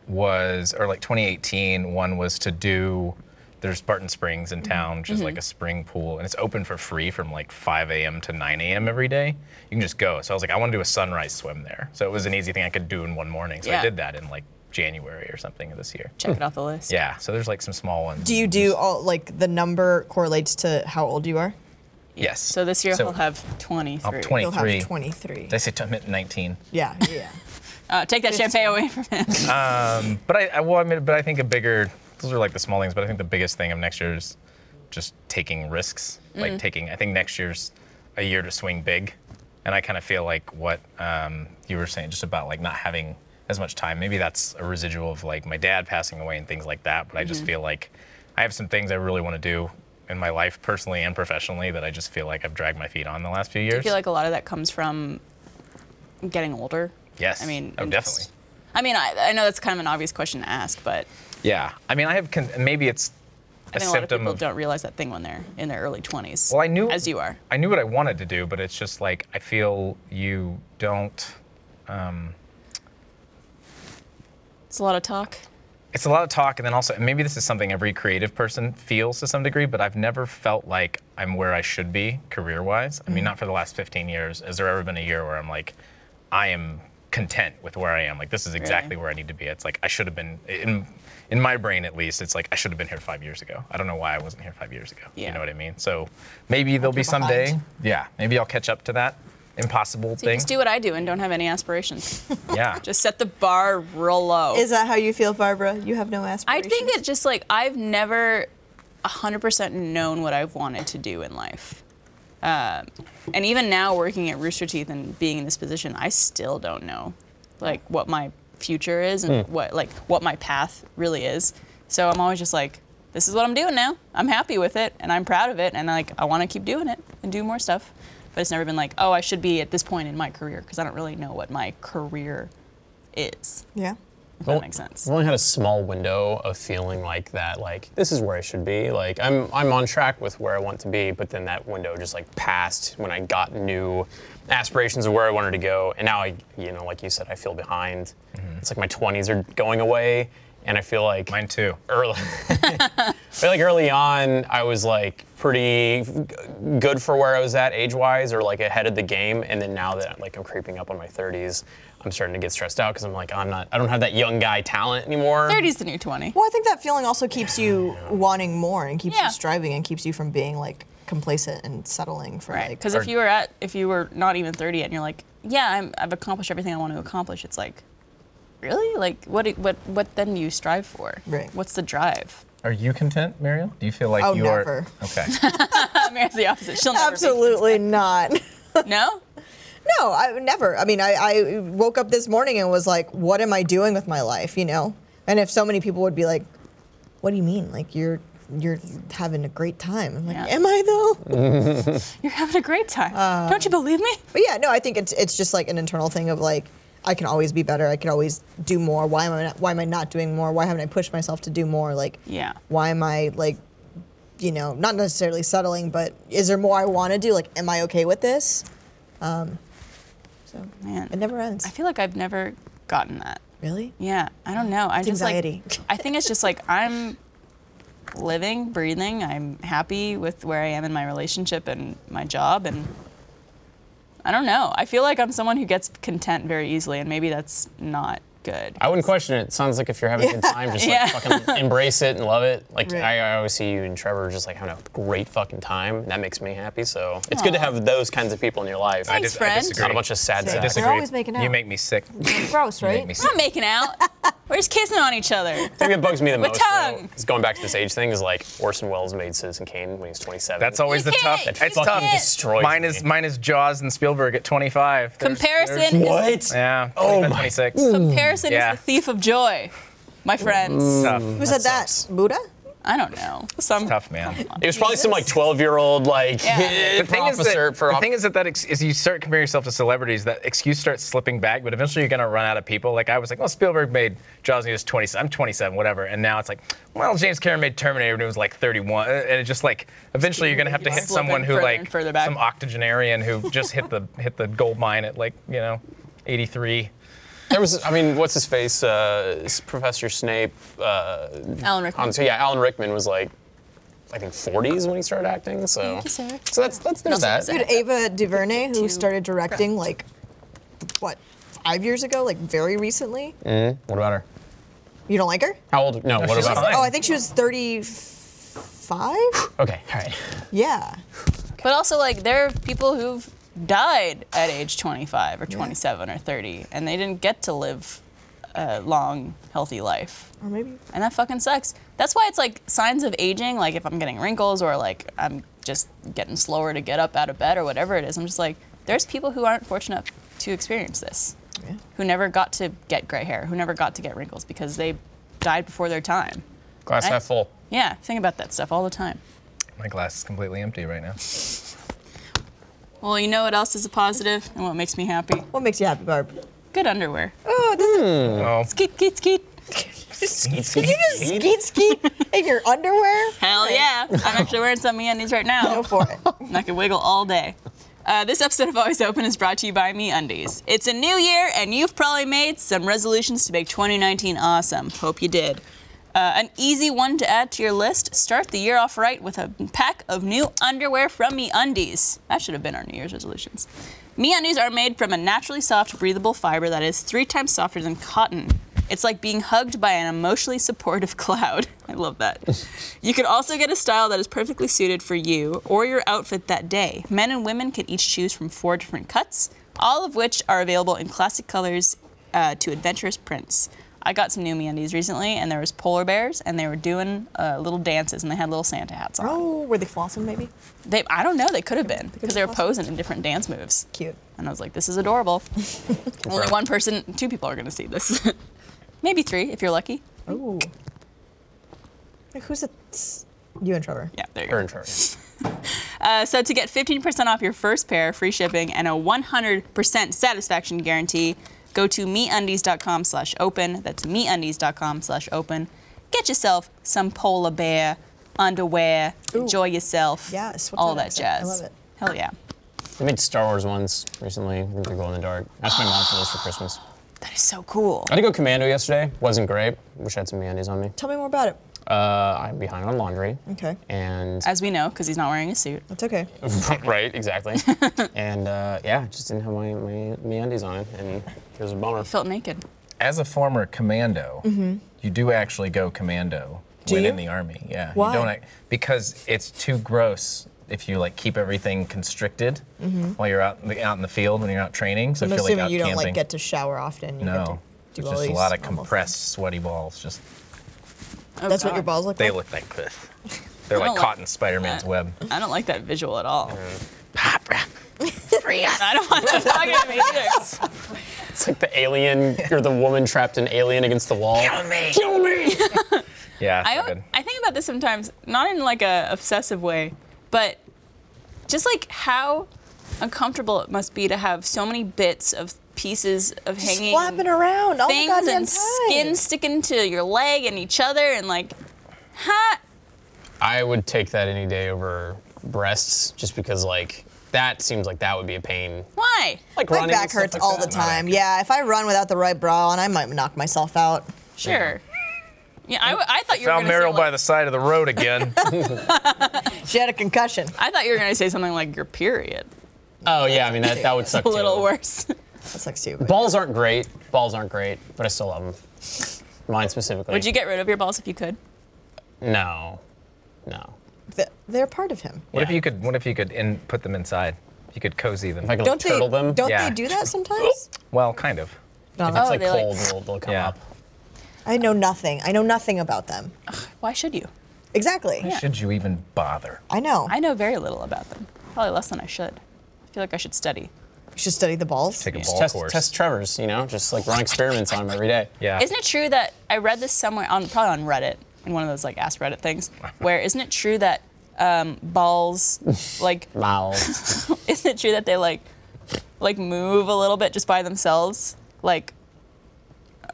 Speaker 5: was or like 2018 one was to do there's barton springs in town which is
Speaker 4: Mm-hmm.
Speaker 5: like a spring pool and it's open for free from like 5 a.m to 9 a.m every day you can just go so i was like i want to do a sunrise swim there so it was an easy thing i could do in one morning so
Speaker 4: Yeah.
Speaker 5: i did that in like january or something of this year
Speaker 4: Check it off the list.
Speaker 5: yeah so there's like some small ones
Speaker 3: Do you do all like the number correlates to how old you are?
Speaker 5: yes
Speaker 4: So this year
Speaker 5: so
Speaker 4: I'll have 23.
Speaker 5: I'll
Speaker 3: You'll
Speaker 5: 23
Speaker 3: have twenty three.
Speaker 5: did i say 20 19
Speaker 3: Yeah, yeah.
Speaker 4: Uh, take that champagne away from him.
Speaker 5: But I, I well, I mean, but I think a bigger. Those are like the small things, but I think the biggest thing of next year is just taking risks.
Speaker 4: Mm.
Speaker 5: Like taking. I think next year's a year to swing big, and I kind of feel like what um, you were saying just about like not having as much time. Maybe that's a residual of like my dad passing away and things like that. But I
Speaker 4: Mm-hmm.
Speaker 5: just feel like I have some things I really want to do in my life, personally and professionally, that I just feel like I've dragged my feet on the last few years.
Speaker 4: I feel like a lot of that comes from getting older.
Speaker 5: Yes.
Speaker 4: I mean,
Speaker 5: Oh,
Speaker 4: and just-
Speaker 5: definitely.
Speaker 4: I mean, I, I know that's kind of an obvious question to ask, but
Speaker 5: Yeah, I mean, I have con- maybe it's
Speaker 4: I think a, lot of
Speaker 5: symptom
Speaker 4: people
Speaker 5: of-
Speaker 4: don't realize that thing when they're in their early 20s.
Speaker 5: Well, I knew
Speaker 4: as you are.
Speaker 5: I knew what I wanted to do, but it's just like I feel you don't.
Speaker 4: It's a lot of talk.
Speaker 5: It's a lot of talk, and then also and maybe this is something every creative person feels to some degree, but I've never felt like I'm where I should be career-wise. I
Speaker 4: Mm-hmm.
Speaker 5: mean, not for the last 15 years. Has there ever been a year where I'm like, I am content with where I am? Like this is exactly where I need to be. It's like I should have been in in my brain at least. It's like I should have been here five years ago. I don't know why I wasn't here five years ago.
Speaker 4: Yeah.
Speaker 5: You know what I mean? So maybe there'll be
Speaker 3: you're
Speaker 5: some day.
Speaker 3: behind.
Speaker 5: Yeah, maybe I'll catch up to that impossible
Speaker 4: So you
Speaker 5: thing.
Speaker 4: just do what I do and don't have any aspirations.
Speaker 5: yeah.
Speaker 4: just set the bar real low.
Speaker 3: Is that how you feel, Barbara? You have no
Speaker 4: I
Speaker 3: aspirations.
Speaker 4: think it's just like I've never 100% known what I've wanted to do in life. Um, and even now, working at Rooster Teeth and being in this position, I still don't know, like what my future is
Speaker 2: Hmm.
Speaker 4: and what like what my path really is. So I'm always just like, this is what I'm doing now. I'm happy with it, and I'm proud of it, and like I want to keep doing it and do more stuff. But it's never been like, oh, I should be at this point in my career because I don't really know what my career is.
Speaker 3: yeah.
Speaker 4: If
Speaker 2: Well,
Speaker 4: that makes sense.
Speaker 2: I've only had a small window of feeling like that, like this is where I should be. Like I'm I'm on track with where I want to be, but then that window just like passed when I got new aspirations of where I wanted to go. And now I you know, like you said, I feel behind. It's like my twenties are going away and I feel like
Speaker 5: Mine too.
Speaker 2: early. I feel like early on, I was like pretty g- good for where I was at age-wise, or like ahead of the game. And then now that like I'm creeping up on my 30s, I'm starting to get stressed out because I'm like, I'm not, I don't have that young guy talent anymore.
Speaker 4: 30's the new 20.
Speaker 3: Well, I think that feeling also keeps you wanting more and keeps
Speaker 4: Yeah.
Speaker 3: you striving and keeps you from being like complacent and settling for
Speaker 4: Right.
Speaker 3: like.
Speaker 4: Because if you were at, if you were not even 30 yet, and you're like, yeah, I'm, I've accomplished everything I want to accomplish. It's like, really? Like, what, do- what, what then do you strive for?
Speaker 3: Right.
Speaker 4: What's the drive?
Speaker 5: Are you content, Mariel? Do you feel like
Speaker 3: Oh,
Speaker 5: you
Speaker 3: never.
Speaker 5: are? Okay.
Speaker 4: I mean, it's the opposite. She'll never. be-
Speaker 3: Absolutely not.
Speaker 4: No.
Speaker 3: No, I never. I mean, I, I woke up this morning and was like, what am I doing with my life, you know? And if so many people would be like, what do you mean? Like you're you're having a great time. I'm like,
Speaker 4: Yeah.
Speaker 3: am I though?
Speaker 4: You're having a great time. Don't you believe me?
Speaker 3: Um, But yeah, no, I think it's it's just like an internal thing of like I can always be better. I can always do more. Why am I not, why am I not doing more? Why haven't I pushed myself to do more? Like
Speaker 4: Yeah.
Speaker 3: why am I like you know, not necessarily settling, but is there more I want to do? Like am I okay with this? Um so
Speaker 4: Man.
Speaker 3: it never ends.
Speaker 4: I feel like I've never gotten that.
Speaker 3: really?
Speaker 4: Yeah. I don't know. I just
Speaker 3: anxiety.
Speaker 4: like. I think it's just like I'm living, breathing. I'm happy with where I am in my relationship and my job and I don't know. I feel like I'm someone who gets content very easily and maybe that's not good.
Speaker 2: I wouldn't question it. It sounds like if you're having a good time, just
Speaker 4: Yeah.
Speaker 2: like fucking embrace it and love it. Like
Speaker 3: Right.
Speaker 2: I, I always see you and Trevor just like having a great fucking time. And that makes me happy. So it's good to have those kinds of people in your life.
Speaker 5: I,
Speaker 4: Thanks,
Speaker 5: dis-
Speaker 4: friend.
Speaker 5: I disagree.
Speaker 2: Not a bunch of sad
Speaker 5: I
Speaker 2: sacks.
Speaker 5: disagree.
Speaker 3: always making
Speaker 5: You
Speaker 3: out.
Speaker 5: make me sick.
Speaker 3: Gross,
Speaker 5: You make me
Speaker 4: We're
Speaker 5: sick.
Speaker 4: not making out. We're just kissing on each other.
Speaker 2: The thing that bugs me the
Speaker 4: With
Speaker 2: most
Speaker 4: tongue.
Speaker 2: though, is going back to this age thing is like Orson Welles made Citizen Kane when he was 27.
Speaker 5: That's always
Speaker 4: You
Speaker 5: the tough.
Speaker 4: can't-
Speaker 5: It's
Speaker 4: you
Speaker 5: tough.
Speaker 4: can't.
Speaker 2: Destroys
Speaker 5: mine
Speaker 2: me.
Speaker 5: is mine is Jaws and Spielberg at 25. There's-
Speaker 4: Comparison
Speaker 5: there's-
Speaker 2: What?
Speaker 4: is,
Speaker 5: Yeah.
Speaker 2: Oh
Speaker 5: 25,
Speaker 2: my-
Speaker 5: 26.
Speaker 4: comparison
Speaker 5: Yeah. Mm.
Speaker 4: is the thief of joy. My friends.
Speaker 5: Tough.
Speaker 3: Who said that? Buddha?
Speaker 4: I don't know. Some
Speaker 5: Tough man.
Speaker 2: It was probably some like 12 year old like
Speaker 4: Yeah.
Speaker 2: eh, officer
Speaker 5: that,
Speaker 2: for
Speaker 5: the thing is that, that ex- is you start comparing yourself to celebrities, that excuse starts slipping back, but eventually you're gonna run out of people. Like I was like, well, Spielberg made Jaws when he was 27. I'm 27, whatever. And now it's like, well, James Cameron made Terminator when he was like 31. And it just like, eventually you're gonna have to hit
Speaker 4: Slipping
Speaker 5: someone who
Speaker 4: further
Speaker 5: like
Speaker 4: and further back.
Speaker 5: some octogenarian who just hit the hit the gold mine at like you know, 83.
Speaker 2: there was I mean what's his face uh, s- Professor Snape uh,
Speaker 4: Alan Rickman.
Speaker 2: on, so yeah Alan Rickman was like I think 40s when he started acting so
Speaker 4: you, sir.
Speaker 2: so that's that's there's
Speaker 4: Nothing
Speaker 2: that
Speaker 4: to
Speaker 3: Dude, Ava DuVernay, who
Speaker 4: Two.
Speaker 3: started directing like, what, five years ago? Like very recently.
Speaker 2: what about her
Speaker 3: You don't like her?
Speaker 2: how old no, what
Speaker 5: she's
Speaker 2: about
Speaker 5: fine.
Speaker 2: her
Speaker 3: Oh, I think she was 35.
Speaker 2: okay all right
Speaker 3: Yeah.
Speaker 4: But also, like, there are people who've died at age 25 or 27 or 30, and they didn't get to live a long, healthy life.
Speaker 3: Or maybe.
Speaker 4: And that fucking sucks. That's why it's like signs of aging, like if I'm getting wrinkles or like I'm just getting slower to get up out of bed or whatever it is, I'm just like, there's people who aren't fortunate to experience this,
Speaker 3: Yeah.
Speaker 4: who never got to get gray hair, who never got to get wrinkles because they died before their time.
Speaker 2: glass
Speaker 4: I-
Speaker 2: half full
Speaker 4: Yeah, think about that stuff all the time.
Speaker 5: My glass is completely empty right now.
Speaker 4: Well, you know what else is a positive and what makes me happy?
Speaker 3: What makes you happy, Barb?
Speaker 4: Good underwear.
Speaker 3: Oh, this is
Speaker 5: Oh,
Speaker 4: Skeet, skeet, skeet.
Speaker 2: Skeet, skeet, skeet.
Speaker 3: Skeet skeet in your underwear?
Speaker 4: Hell yeah. I'm actually wearing some MeUndies right now.
Speaker 3: Go for it.
Speaker 4: and I can wiggle all day. Uh, this episode of Always Open is brought to you by Me Undies. It's a new year, and you've probably made some resolutions to make 2019 awesome. Hope you did. Uh, an easy one to add to your list: start the year off right with a pack of new underwear from Me Undies. That should have been our New Year's resolutions. Me Undies are made from a naturally soft, breathable fiber that is three times softer than cotton. It's like being hugged by an emotionally supportive cloud. I love that. You can also get a style that is perfectly suited for you or your outfit that day. Men and women can each choose from four different cuts, all of which are available in classic colors uh, to adventurous prints. I got some new MeUndies recently, and there was polar bears, and they were doing uh, little dances, and they had little Santa hats on.
Speaker 3: Oh, were they flossing maybe?
Speaker 4: They, I don't know, they could have been because they were
Speaker 3: possible.
Speaker 4: posing in different dance moves.
Speaker 3: Cute.
Speaker 4: And I was like, this is adorable. Only one person, two people are going to see this. Maybe three if you're lucky.
Speaker 3: Ooh. Like, who's the tss? you and Trevor?
Speaker 4: Yeah, there you go.
Speaker 2: Or in Trevor.
Speaker 4: Uh, so to get 15% off your first pair, free shipping, and a 100% satisfaction guarantee, go to meundies.com slash open. That's meundies.com slash open. Get yourself some polar bear underwear. Enjoy yourself.
Speaker 3: Yes, what's
Speaker 4: all
Speaker 3: that
Speaker 4: that
Speaker 3: accent? I
Speaker 4: jazz.
Speaker 3: love it.
Speaker 4: Hell yeah.
Speaker 2: They made Star Wars ones recently. I think they're glow in the dark. I asked my mom for those for Christmas.
Speaker 4: That is so cool.
Speaker 2: I had to go commando yesterday. Wasn't great. Wish I had some MeUndies on me.
Speaker 3: Tell me more about it.
Speaker 2: Uh, I'm behind on laundry.
Speaker 3: Okay.
Speaker 2: And
Speaker 4: As we know, because he's not wearing a suit.
Speaker 3: That's okay.
Speaker 2: right, exactly. and uh, yeah, just didn't have my, my MeUndies on it, and it was a bummer.
Speaker 4: Felt naked.
Speaker 5: As a former commando, you do actually go commando
Speaker 3: Mm-hmm. Do
Speaker 5: when
Speaker 3: you?
Speaker 5: in the army. Yeah.
Speaker 3: Why?
Speaker 5: You don't act, because it's too gross if you like keep everything constricted while you're out in the, out in the field when you're out training. So
Speaker 3: Mm-hmm. I'm
Speaker 5: if you're like
Speaker 3: assuming
Speaker 5: out
Speaker 3: you don't
Speaker 5: camping,
Speaker 3: like get to shower often. You get to
Speaker 5: no,
Speaker 3: do
Speaker 5: it's
Speaker 3: all
Speaker 5: just a
Speaker 3: these
Speaker 5: lot of
Speaker 3: normal
Speaker 5: compressed, sweaty balls. Just
Speaker 4: Oh,
Speaker 3: That's what
Speaker 4: God.
Speaker 3: your balls look
Speaker 5: they
Speaker 3: like.
Speaker 5: look like this. They're
Speaker 4: I
Speaker 5: like
Speaker 4: don't
Speaker 5: caught
Speaker 4: like
Speaker 5: in Spider-Man's
Speaker 4: that.
Speaker 5: web.
Speaker 4: I don't like that visual at all. I don't want that talking to me either.
Speaker 2: It's like the alien, or the woman trapped in alien against the wall. Kill me!
Speaker 5: Yeah. it's
Speaker 4: I,
Speaker 5: not
Speaker 4: al-
Speaker 5: good.
Speaker 4: I think about this sometimes, not in like a obsessive way, but just like how uncomfortable it must be to have so many bits of pieces of
Speaker 3: Just
Speaker 4: hanging
Speaker 3: flapping around all the
Speaker 4: things
Speaker 3: goddamn
Speaker 4: and
Speaker 3: time.
Speaker 4: skin sticking to your leg and each other and like, ha!
Speaker 2: I would take that any day over breasts, just because like that seems like that would be a pain.
Speaker 4: Why?
Speaker 2: Like
Speaker 3: My
Speaker 2: running and
Speaker 3: back
Speaker 2: stuff
Speaker 3: hurts
Speaker 2: like
Speaker 3: all
Speaker 2: that.
Speaker 3: the time. Yeah, if I run without the right bra on, I might knock myself out.
Speaker 4: Sure. Yeah, I, w- I thought you were
Speaker 5: Found
Speaker 4: gonna say,
Speaker 5: Meryl by
Speaker 4: like-
Speaker 5: the side of the road again.
Speaker 3: She had a concussion.
Speaker 4: I thought you were gonna say something like your period.
Speaker 2: Oh yeah, I mean that, that would suck
Speaker 4: A little
Speaker 2: too.
Speaker 4: worse.
Speaker 3: That sucks too. but-
Speaker 2: Balls aren't great. Balls aren't great, but I still love them. Mine specifically.
Speaker 4: Would you get rid of your balls if you could?
Speaker 2: No, no.
Speaker 3: Th- They're part of him.
Speaker 5: What if
Speaker 2: Yeah.
Speaker 5: you could? What if you could in, put them inside? You could cozy them.
Speaker 2: If I could
Speaker 3: Don't
Speaker 2: like,
Speaker 3: they?
Speaker 2: turtle them,
Speaker 3: Don't
Speaker 5: Yeah.
Speaker 3: they do that sometimes?
Speaker 5: well, kind of.
Speaker 2: if it's
Speaker 4: Oh,
Speaker 2: like
Speaker 4: they, like-
Speaker 2: cold, they'll, they'll come
Speaker 5: Yeah.
Speaker 2: up.
Speaker 3: I know nothing. I know nothing about them.
Speaker 4: Why should you?
Speaker 3: Exactly.
Speaker 5: Should you even bother?
Speaker 3: I know.
Speaker 4: I know very little about them. Probably less than I should. I feel like I should study.
Speaker 3: You should study the balls.
Speaker 5: Take a
Speaker 2: Just
Speaker 5: ball
Speaker 2: test,
Speaker 5: course.
Speaker 2: test Trevor's, you know, just like run experiments on him every day.
Speaker 5: Yeah.
Speaker 4: Isn't it true that I read this somewhere on probably on Reddit in one of those like Ask Reddit things, where isn't it true that um, balls like
Speaker 2: Mouths.
Speaker 4: isn't it true that they like like move a little bit just by themselves like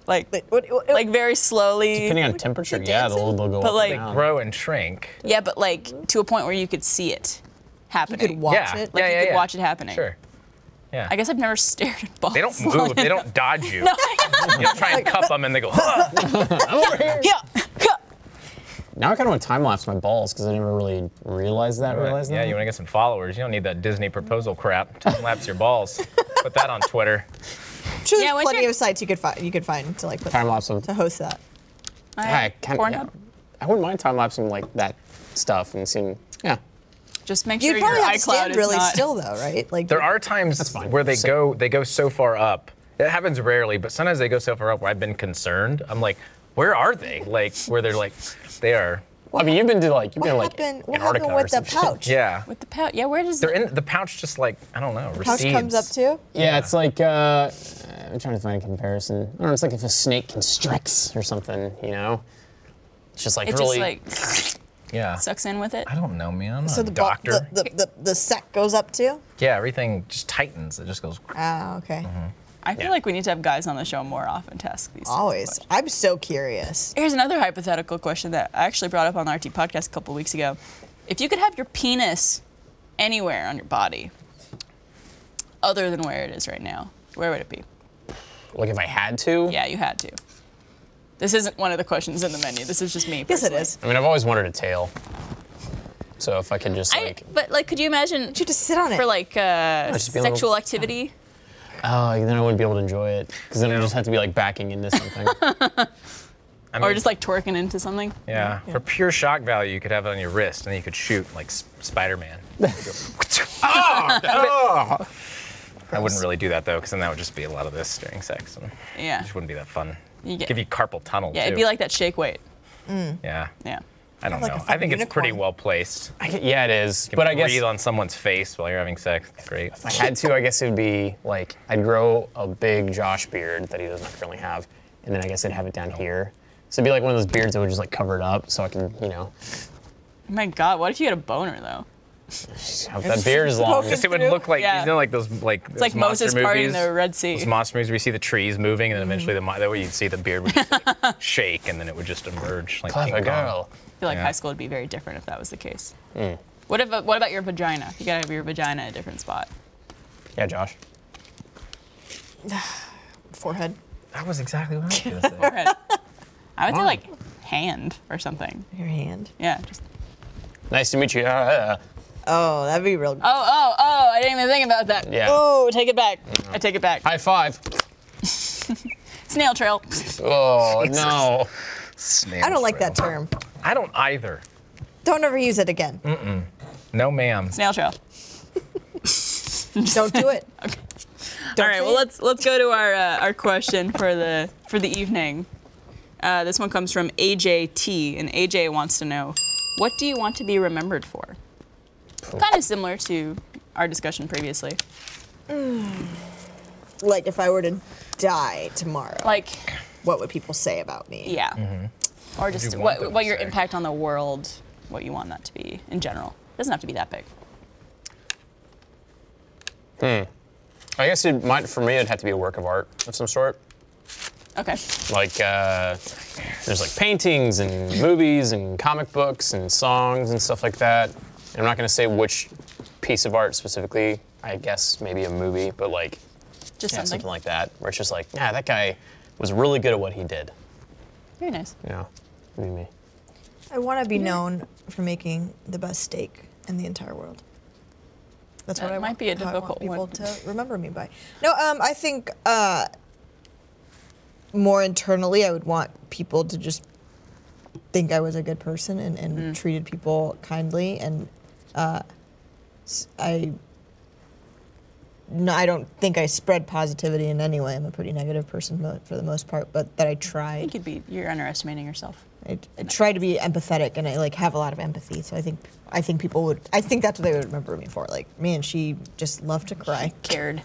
Speaker 4: like
Speaker 3: But what- what-
Speaker 4: like very slowly
Speaker 2: Depending on temperature, yeah, they'll, they'll go
Speaker 4: But,
Speaker 2: up
Speaker 4: like,
Speaker 2: and down.
Speaker 5: grow and shrink?
Speaker 4: yeah but like to a point where you could see it happening.
Speaker 3: you could watch
Speaker 5: yeah. yeah,
Speaker 3: it.
Speaker 4: Like, you
Speaker 5: yeah,
Speaker 4: could
Speaker 5: yeah.
Speaker 4: watch it happening.
Speaker 5: Sure. Yeah.
Speaker 4: I guess I've never stared at balls.
Speaker 5: they don't
Speaker 4: long
Speaker 5: move. They
Speaker 4: enough.
Speaker 5: don't dodge you. You don't try and cup them, and they go. "Huh."
Speaker 4: Yeah. yeah.
Speaker 2: Now I kind of want to time lapse my balls because I never really realized that. Realized
Speaker 5: yeah,
Speaker 2: that.
Speaker 5: you want to get some followers? You don't need that Disney proposal crap. Time lapse your balls. Put that on Twitter.
Speaker 3: I'm sure
Speaker 4: Yeah,
Speaker 3: there's
Speaker 4: once
Speaker 3: plenty
Speaker 4: you're-
Speaker 3: of sites you could find. You could find to like put,
Speaker 2: time lapse of.
Speaker 3: to host that.
Speaker 2: I can't. yeah.
Speaker 4: Pornhub.
Speaker 2: I wouldn't mind time lapsing like that stuff and seeing. Yeah.
Speaker 4: Just make sure
Speaker 3: You'd probably
Speaker 4: your
Speaker 3: have to
Speaker 4: iCloud
Speaker 3: stand
Speaker 4: is
Speaker 3: really
Speaker 4: not-
Speaker 3: still though, right? Like
Speaker 5: There are times
Speaker 2: fine.
Speaker 5: where they
Speaker 2: So-
Speaker 5: go they go so far up. It happens rarely, but sometimes they go so far up where I've been concerned. I'm like, where are they? Like where they're like, they are.
Speaker 2: I mean, you've been to like you've been
Speaker 3: what
Speaker 2: to, like
Speaker 3: happened? What
Speaker 2: Antarctica
Speaker 3: happened
Speaker 2: or
Speaker 3: with the
Speaker 2: some shit.
Speaker 3: pouch?
Speaker 5: Yeah.
Speaker 4: With the pouch, yeah. Where does
Speaker 5: They're in the pouch. Just like I don't know.
Speaker 3: Pouch comes up
Speaker 5: recedes.
Speaker 3: too.
Speaker 2: Yeah, it's like uh, I'm trying to find a comparison. I don't know. It's like if a snake constricts or something. You know. It's just like
Speaker 4: it
Speaker 2: really.
Speaker 4: just like
Speaker 5: Yeah.
Speaker 4: sucks in with it?
Speaker 5: I don't know, man. I'm not
Speaker 3: So
Speaker 5: a
Speaker 3: the, ball-
Speaker 5: doctor.
Speaker 3: the, the the the sack goes up too. Uh,
Speaker 5: yeah, everything just tightens. It just goes.
Speaker 3: Ah, okay.
Speaker 4: I feel
Speaker 2: Yeah.
Speaker 4: like we need to have guys on the show more often to ask these.
Speaker 3: Always. I'm so curious.
Speaker 4: Here's another hypothetical question that I actually brought up on the RT podcast a couple weeks ago. If you could have your penis anywhere on your body, other than where it is right now, where would it be?
Speaker 2: Like if I had to.
Speaker 4: Yeah, you had to. This isn't one of the questions in the menu. This is just me.
Speaker 3: Yes, it
Speaker 4: personally.
Speaker 3: is.
Speaker 2: I mean, I've always wanted a tail. So if I could just
Speaker 4: I-
Speaker 2: like,
Speaker 4: but like, could you imagine
Speaker 3: You just sit on it.
Speaker 4: for like uh,
Speaker 2: just be a little-
Speaker 4: sexual activity?
Speaker 2: oh, then I wouldn't be able to enjoy it because then I just have to be like backing into something.
Speaker 5: I
Speaker 4: Or
Speaker 5: mean,
Speaker 4: just like twerking into something?
Speaker 5: yeah, for pure shock value, you could have it on your wrist, and then you could shoot like S- Spider-Man. oh, oh! I wouldn't really do that though, because then that would just be a lot of this during sex, and it
Speaker 4: Yeah.
Speaker 5: just wouldn't be that fun.
Speaker 4: You get-
Speaker 5: Give you carpal tunnel.
Speaker 4: Yeah,
Speaker 5: too.
Speaker 4: it'd be like that shake weight.
Speaker 5: Yeah.
Speaker 4: Yeah.
Speaker 5: I don't
Speaker 3: Like a
Speaker 5: know. I
Speaker 3: fucking
Speaker 5: think it's pretty
Speaker 3: unicorn.
Speaker 5: well placed.
Speaker 2: I get- yeah, it is.
Speaker 5: You
Speaker 2: But I
Speaker 5: can
Speaker 2: guess
Speaker 5: breathe on someone's face while you're having sex. It's great.
Speaker 2: if I had to, I guess it would be like I'd grow a big Josh beard that he doesn't currently have, and then I guess I'd have it down here. So it'd be like one of those beards that would just like cover it up, so I can, you know,
Speaker 4: Oh my God, what if you had a boner though?
Speaker 2: have that beard as long.
Speaker 5: Yes,
Speaker 2: as
Speaker 5: it would look like
Speaker 4: Yeah.
Speaker 5: you know, like those like it's
Speaker 4: like Moses parting the Red Sea.
Speaker 5: Those monster movies, where you see the trees moving, and then eventually
Speaker 3: Mm-hmm.
Speaker 5: the mo- that way you'd see the beard would just, like, shake, and then it would just emerge like
Speaker 2: Clever
Speaker 5: King Kong.
Speaker 2: girl.
Speaker 4: I feel like
Speaker 5: Yeah.
Speaker 4: high school would be very different if that was the case.
Speaker 2: Hmm.
Speaker 4: What if, what about your vagina? You gotta have your vagina at a different spot.
Speaker 2: Yeah, Josh.
Speaker 3: Forehead.
Speaker 5: That was exactly what I was gonna say.
Speaker 4: Right. I would say
Speaker 2: Hmm.
Speaker 5: Why?
Speaker 4: like hand or something.
Speaker 3: Your hand.
Speaker 4: Yeah. Just,
Speaker 2: Nice to meet you. Uh,
Speaker 3: Oh, that'd be real.
Speaker 4: oh oh oh! I didn't even think about that.
Speaker 2: Yeah.
Speaker 4: Oh, take it back. I take it back.
Speaker 2: high five.
Speaker 4: Snail trail.
Speaker 2: Oh no.
Speaker 5: Snail
Speaker 3: I don't like
Speaker 5: trail.
Speaker 3: that term.
Speaker 5: I don't either.
Speaker 3: Don't ever use it again.
Speaker 5: No, ma'am.
Speaker 4: Snail trail.
Speaker 3: Don't do it.
Speaker 4: All right. Well, let's let's go to our uh, our question for the for the evening. Uh, this one comes from AJT, and AJ wants to know, what do you want to be remembered for? Kind of similar to our discussion previously.
Speaker 3: Like if I were to die tomorrow,
Speaker 4: Like,
Speaker 3: what would people say about me?
Speaker 4: yeah. Or just
Speaker 5: Mm-hmm. you want them
Speaker 4: what
Speaker 5: to
Speaker 4: what your
Speaker 5: say?
Speaker 4: impact on the world, what you want that to be in general. doesn't have to be that big.
Speaker 2: I guess it might for me. It'd have to be a work of art of some sort.
Speaker 4: Okay.
Speaker 2: like uh, there's like paintings and movies and comic books and songs and stuff like that. And I'm not gonna say which piece of art specifically. I guess maybe a movie, but like
Speaker 4: Just
Speaker 2: yeah,
Speaker 4: something.
Speaker 2: something. like that, where it's just like, yeah, that guy was really good at what he did.
Speaker 4: Very nice.
Speaker 2: You know, What do you mean?
Speaker 3: I want to be known for making the best steak in the entire world. That's what
Speaker 4: That
Speaker 3: I
Speaker 4: might
Speaker 3: want,
Speaker 4: be a
Speaker 3: how I want
Speaker 4: difficult one.
Speaker 3: people to remember me by. No, um, I think uh, more internally, I would want people to just think I was a good person and, and
Speaker 4: Mm.
Speaker 3: treated people kindly, and uh, s- I. No, I don't think I spread positivity in any way. I'm a pretty negative person mo- for the most part, but that I
Speaker 4: You
Speaker 3: tried.
Speaker 4: could be. You're underestimating yourself.
Speaker 3: I, I try to be empathetic and I like have a lot of empathy. So I think I think people would I think that's what they would remember me for. Like, man, she just loved to cry.
Speaker 4: Cared.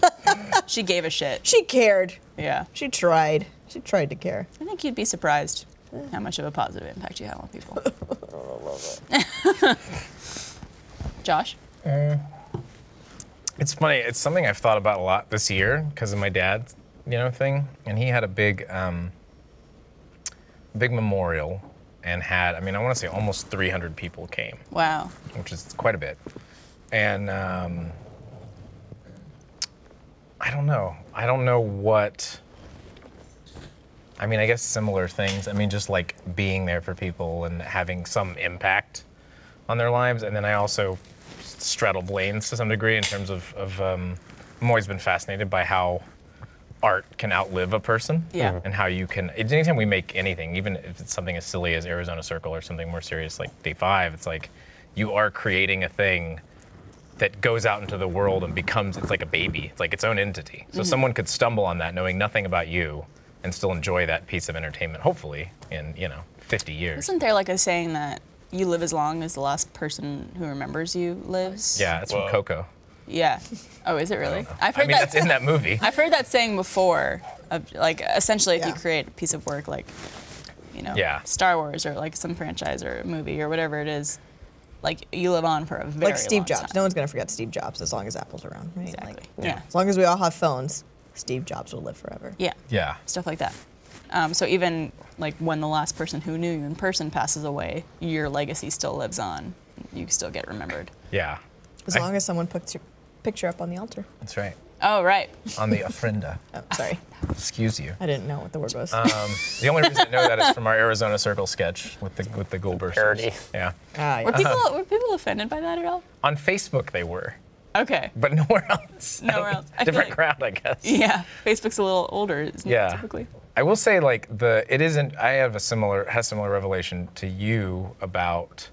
Speaker 4: she gave a shit.
Speaker 3: She cared.
Speaker 4: Yeah.
Speaker 3: She tried. She tried to care.
Speaker 4: I think you'd be surprised how much of a positive impact you have on people. Josh?
Speaker 5: It's funny. It's something I've thought about a lot this year because of my dad's, you know, thing. And he had a big, um, big memorial, and had. I mean, I want to say almost 300 people came,
Speaker 4: Wow.
Speaker 5: which is quite a bit. And um, I don't know. I don't know what. I mean, I guess similar things. I mean, just like being there for people and having some impact on their lives. And then I also straddle lanes to some degree in terms of, of um, I'm always been fascinated by how art can outlive a person.
Speaker 4: Yeah. Mhm.
Speaker 5: And how you can, it's anytime we make anything, even if it's something as silly as Arizona Circle or something more serious like Day Five, it's like you are creating a thing that goes out into the world and becomes it's like a baby it's like its own entity so someone could stumble on that knowing nothing about you and still enjoy that piece of entertainment hopefully in you know 50 years
Speaker 4: Isn't there like a saying that you live as long as the last person who remembers you lives?
Speaker 5: yeah it's
Speaker 2: Whoa.
Speaker 5: from coco
Speaker 4: Yeah. Oh, is it really? I've
Speaker 5: i
Speaker 4: heard
Speaker 5: mean
Speaker 4: that.
Speaker 5: that's in that movie
Speaker 4: I've heard that saying before. Of like essentially, if you
Speaker 3: Yeah.
Speaker 4: create a piece of work like, you know,
Speaker 5: Yeah.
Speaker 4: Star Wars or like some franchise or a movie or whatever it is, like you live on for a very
Speaker 3: like Steve
Speaker 4: long
Speaker 3: Jobs.
Speaker 4: time.
Speaker 3: No one's gonna forget Steve Jobs as long as Apple's around, right? Like,
Speaker 4: exactly. yeah.
Speaker 3: as long as we all have phones. Steve Jobs will live forever.
Speaker 4: Yeah.
Speaker 5: Yeah.
Speaker 4: Stuff like that. Um, so even like when the last person who knew you in person passes away, your legacy still lives on. You still get remembered.
Speaker 5: Yeah.
Speaker 3: As
Speaker 5: I-
Speaker 3: long as someone puts your picture up on the altar.
Speaker 5: That's right.
Speaker 4: Oh right.
Speaker 5: On the ofrenda.
Speaker 3: Oh, sorry.
Speaker 5: Excuse you.
Speaker 3: I didn't know what the word was.
Speaker 5: Um, the only reason I know that is from our Arizona Circle sketch with the with the Goldberg.
Speaker 2: parody.
Speaker 5: Yeah.
Speaker 3: Ah,
Speaker 4: Were
Speaker 5: Uh-huh.
Speaker 3: yeah.
Speaker 4: people were people offended by that at all?
Speaker 5: On Facebook they were,
Speaker 4: Okay.
Speaker 5: but nowhere else. I
Speaker 4: Nowhere
Speaker 5: don't-
Speaker 4: else. I feel
Speaker 5: Different
Speaker 4: like-
Speaker 5: crowd, I guess.
Speaker 4: Yeah. Facebook's a little older, isn't
Speaker 5: Yeah.
Speaker 4: it? Typically.
Speaker 5: I will say like the it isn't. I have a similar has similar revelation to you about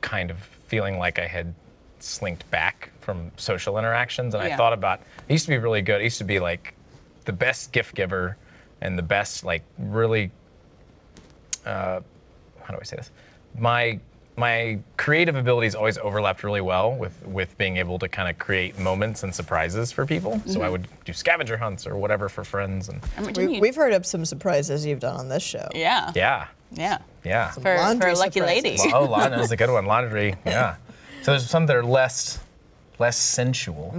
Speaker 5: kind of feeling like I had slinked back from social interactions, and I
Speaker 4: Yeah.
Speaker 5: thought about. I used to be really good. I used to be like the best gift giver and the best like really. Uh, how do I say this? My my creative abilities always overlapped really well with with being able to kind of create moments and surprises for people. So I would do scavenger hunts or whatever for friends and.
Speaker 4: I mean, didn't
Speaker 3: We,
Speaker 4: you-
Speaker 3: we've heard of some surprises you've done on this show.
Speaker 4: yeah.
Speaker 5: Yeah,
Speaker 4: Yeah.
Speaker 5: yeah.
Speaker 4: For, for
Speaker 3: Laundry
Speaker 4: a lucky
Speaker 3: surprises.
Speaker 4: lady.
Speaker 5: Oh, laundry's a good one. Laundry, yeah. So there's some that are less, less sensual,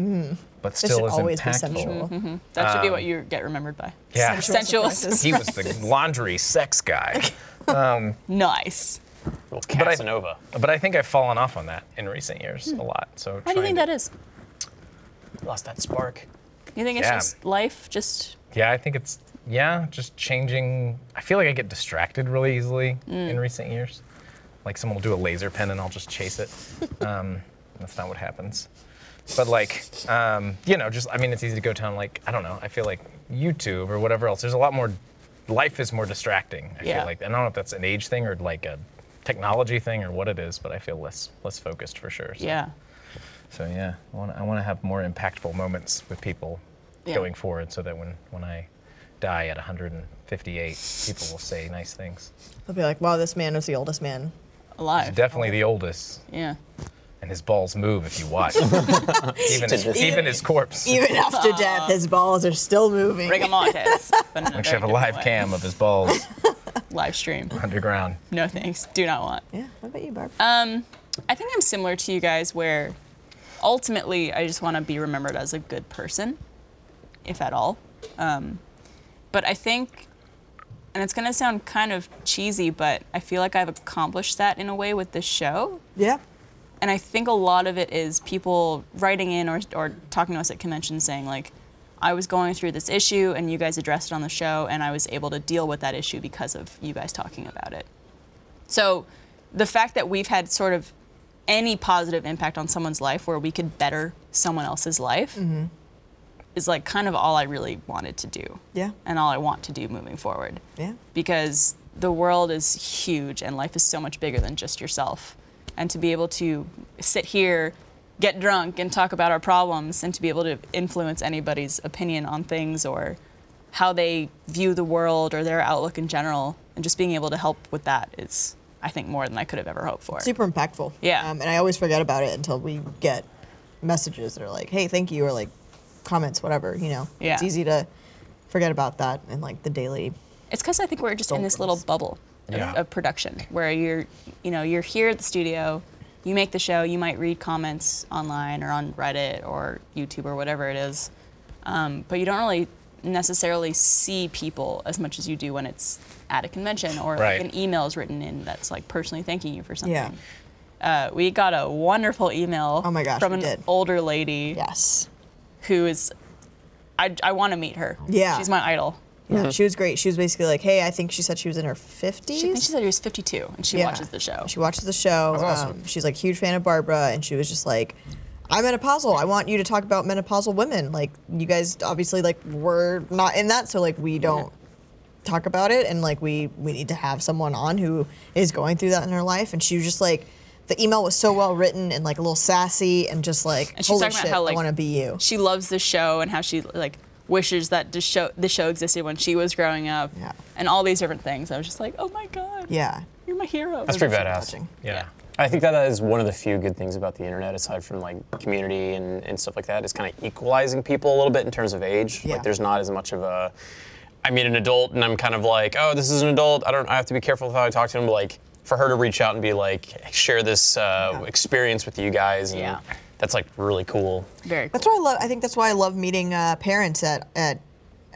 Speaker 5: but
Speaker 3: This
Speaker 5: still
Speaker 3: should
Speaker 5: as
Speaker 3: always be
Speaker 5: impactful.
Speaker 3: sensual.
Speaker 4: That should be what you get remembered by.
Speaker 5: Um, Yeah.
Speaker 4: Sensual.
Speaker 3: surprises.
Speaker 5: He was the laundry sex guy,
Speaker 4: Nice.
Speaker 2: Well, Casanova.
Speaker 5: but I think I've fallen off on that in recent years a lot. So
Speaker 4: Why do you think that is?
Speaker 2: Lost that spark.
Speaker 4: You think it's
Speaker 5: Yeah.
Speaker 4: just life? Just
Speaker 5: Yeah, I think it's yeah, just changing. I feel like I get distracted really easily
Speaker 4: Mm.
Speaker 5: in recent years. Like someone will do a laser pen and I'll just chase it. Um, that's not what happens. But like, um, you know, just I mean, it's easy to go down. Like I don't know. I feel like YouTube or whatever else. There's a lot more. Life is more distracting. I
Speaker 4: Yeah.
Speaker 5: feel like I don't know if that's an age thing or like a technology thing or what it is, but I feel less less focused for sure. So,
Speaker 4: yeah.
Speaker 5: So yeah, I want I want to have more impactful moments with people
Speaker 4: Yeah.
Speaker 5: going forward, so that when when I die at 158, people will say nice things.
Speaker 3: They'll be like, wow, this man is the oldest man.
Speaker 4: Alive.
Speaker 5: Definitely the oldest,
Speaker 4: yeah.
Speaker 5: and his balls move if you watch. even, his, even his corpse.
Speaker 3: Even after death, his balls are still moving.
Speaker 4: Rigamontes. but
Speaker 5: We should have a live cam of his balls
Speaker 4: Live stream.
Speaker 5: underground.
Speaker 4: No thanks. Do not want.
Speaker 3: Yeah. What about you, Barb?
Speaker 4: Uh, I think I'm similar to you guys where ultimately I just want to be remembered as a good person, if at all. Um, but I think, and it's going to sound kind of cheesy, but I feel like I've accomplished that in a way with this show.
Speaker 3: yeah.
Speaker 4: and I think a lot of it is people writing in or, or talking to us at conventions saying like, I was going through this issue and you guys addressed it on the show and I was able to deal with that issue because of you guys talking about it. So the fact that we've had sort of any positive impact on someone's life where we could better someone else's life is like kind of all I really wanted to do
Speaker 3: Yeah.
Speaker 4: and all I want to do moving forward
Speaker 3: Yeah.
Speaker 4: because the world is huge and life is so much bigger than just yourself. And to be able to sit here, get drunk, and talk about our problems, and to be able to influence anybody's opinion on things or how they view the world or their outlook in general, and just being able to help with that is, I think, more than I could have ever hoped for.
Speaker 3: Super impactful.
Speaker 4: Yeah.
Speaker 3: Um, and I always forget about it until we get messages that are like, hey, thank you, or like comments, whatever, you know.
Speaker 4: Yeah.
Speaker 3: It's easy to forget about that and like the daily.
Speaker 4: It's because I think we're just in this little bubble of,
Speaker 5: Yeah.
Speaker 4: of production where you're, you know, you're here at the studio, you make the show, you might read comments online or on Reddit or YouTube or whatever it is, um, but you don't really necessarily see people as much as you do when it's at a convention or
Speaker 5: Right.
Speaker 4: like an email is written in that's like personally thanking you for something.
Speaker 3: Yeah.
Speaker 4: Uh, we got a wonderful email
Speaker 3: Oh my gosh,
Speaker 4: from
Speaker 3: we
Speaker 4: an
Speaker 3: did.
Speaker 4: older lady
Speaker 3: Yes.
Speaker 4: who is, I, I want to meet her.
Speaker 3: Yeah.
Speaker 4: She's my idol.
Speaker 3: Yeah. She was great. She was basically like, hey, I think she said she was in her 50s.
Speaker 4: Mm-hmm. She, I think she said she was 52 and she
Speaker 3: Yeah.
Speaker 4: watches the show.
Speaker 3: She watches the show. Um, she's like huge fan of Barbara, and she was just like, "I'm menopausal. I want you to talk about menopausal women. Like you guys obviously like we're not in that, so like we don't talk about it, and like we we need to have someone on who is going through that in her life." And she was just like. The email was so well written and like a little sassy and just like
Speaker 4: And she's
Speaker 3: holy
Speaker 4: talking about
Speaker 3: shit,
Speaker 4: how,
Speaker 3: I
Speaker 4: like,
Speaker 3: want to be you.
Speaker 4: she loves the show and how she like wishes that the show the show existed when she was growing up
Speaker 3: Yeah.
Speaker 4: and all these different things. I was just like, oh my god,
Speaker 3: Yeah,
Speaker 4: you're my hero.
Speaker 2: That's pretty badass.
Speaker 3: touching.
Speaker 5: Yeah.
Speaker 2: I think that is one of the few good things about the internet, aside from like community and, and stuff like that, is kind of equalizing people a little bit in terms of age.
Speaker 3: Yeah.
Speaker 2: Like there's not as much of a, I meet an adult and I'm kind of like, oh, this is an adult. I don't. I have to be careful with how I talk to him. But like for her to reach out and be like, share this uh, experience with you guys and
Speaker 4: Yeah.
Speaker 2: That's like really cool.
Speaker 4: Very cool.
Speaker 3: That's why I love. I think that's why I love meeting uh, parents at at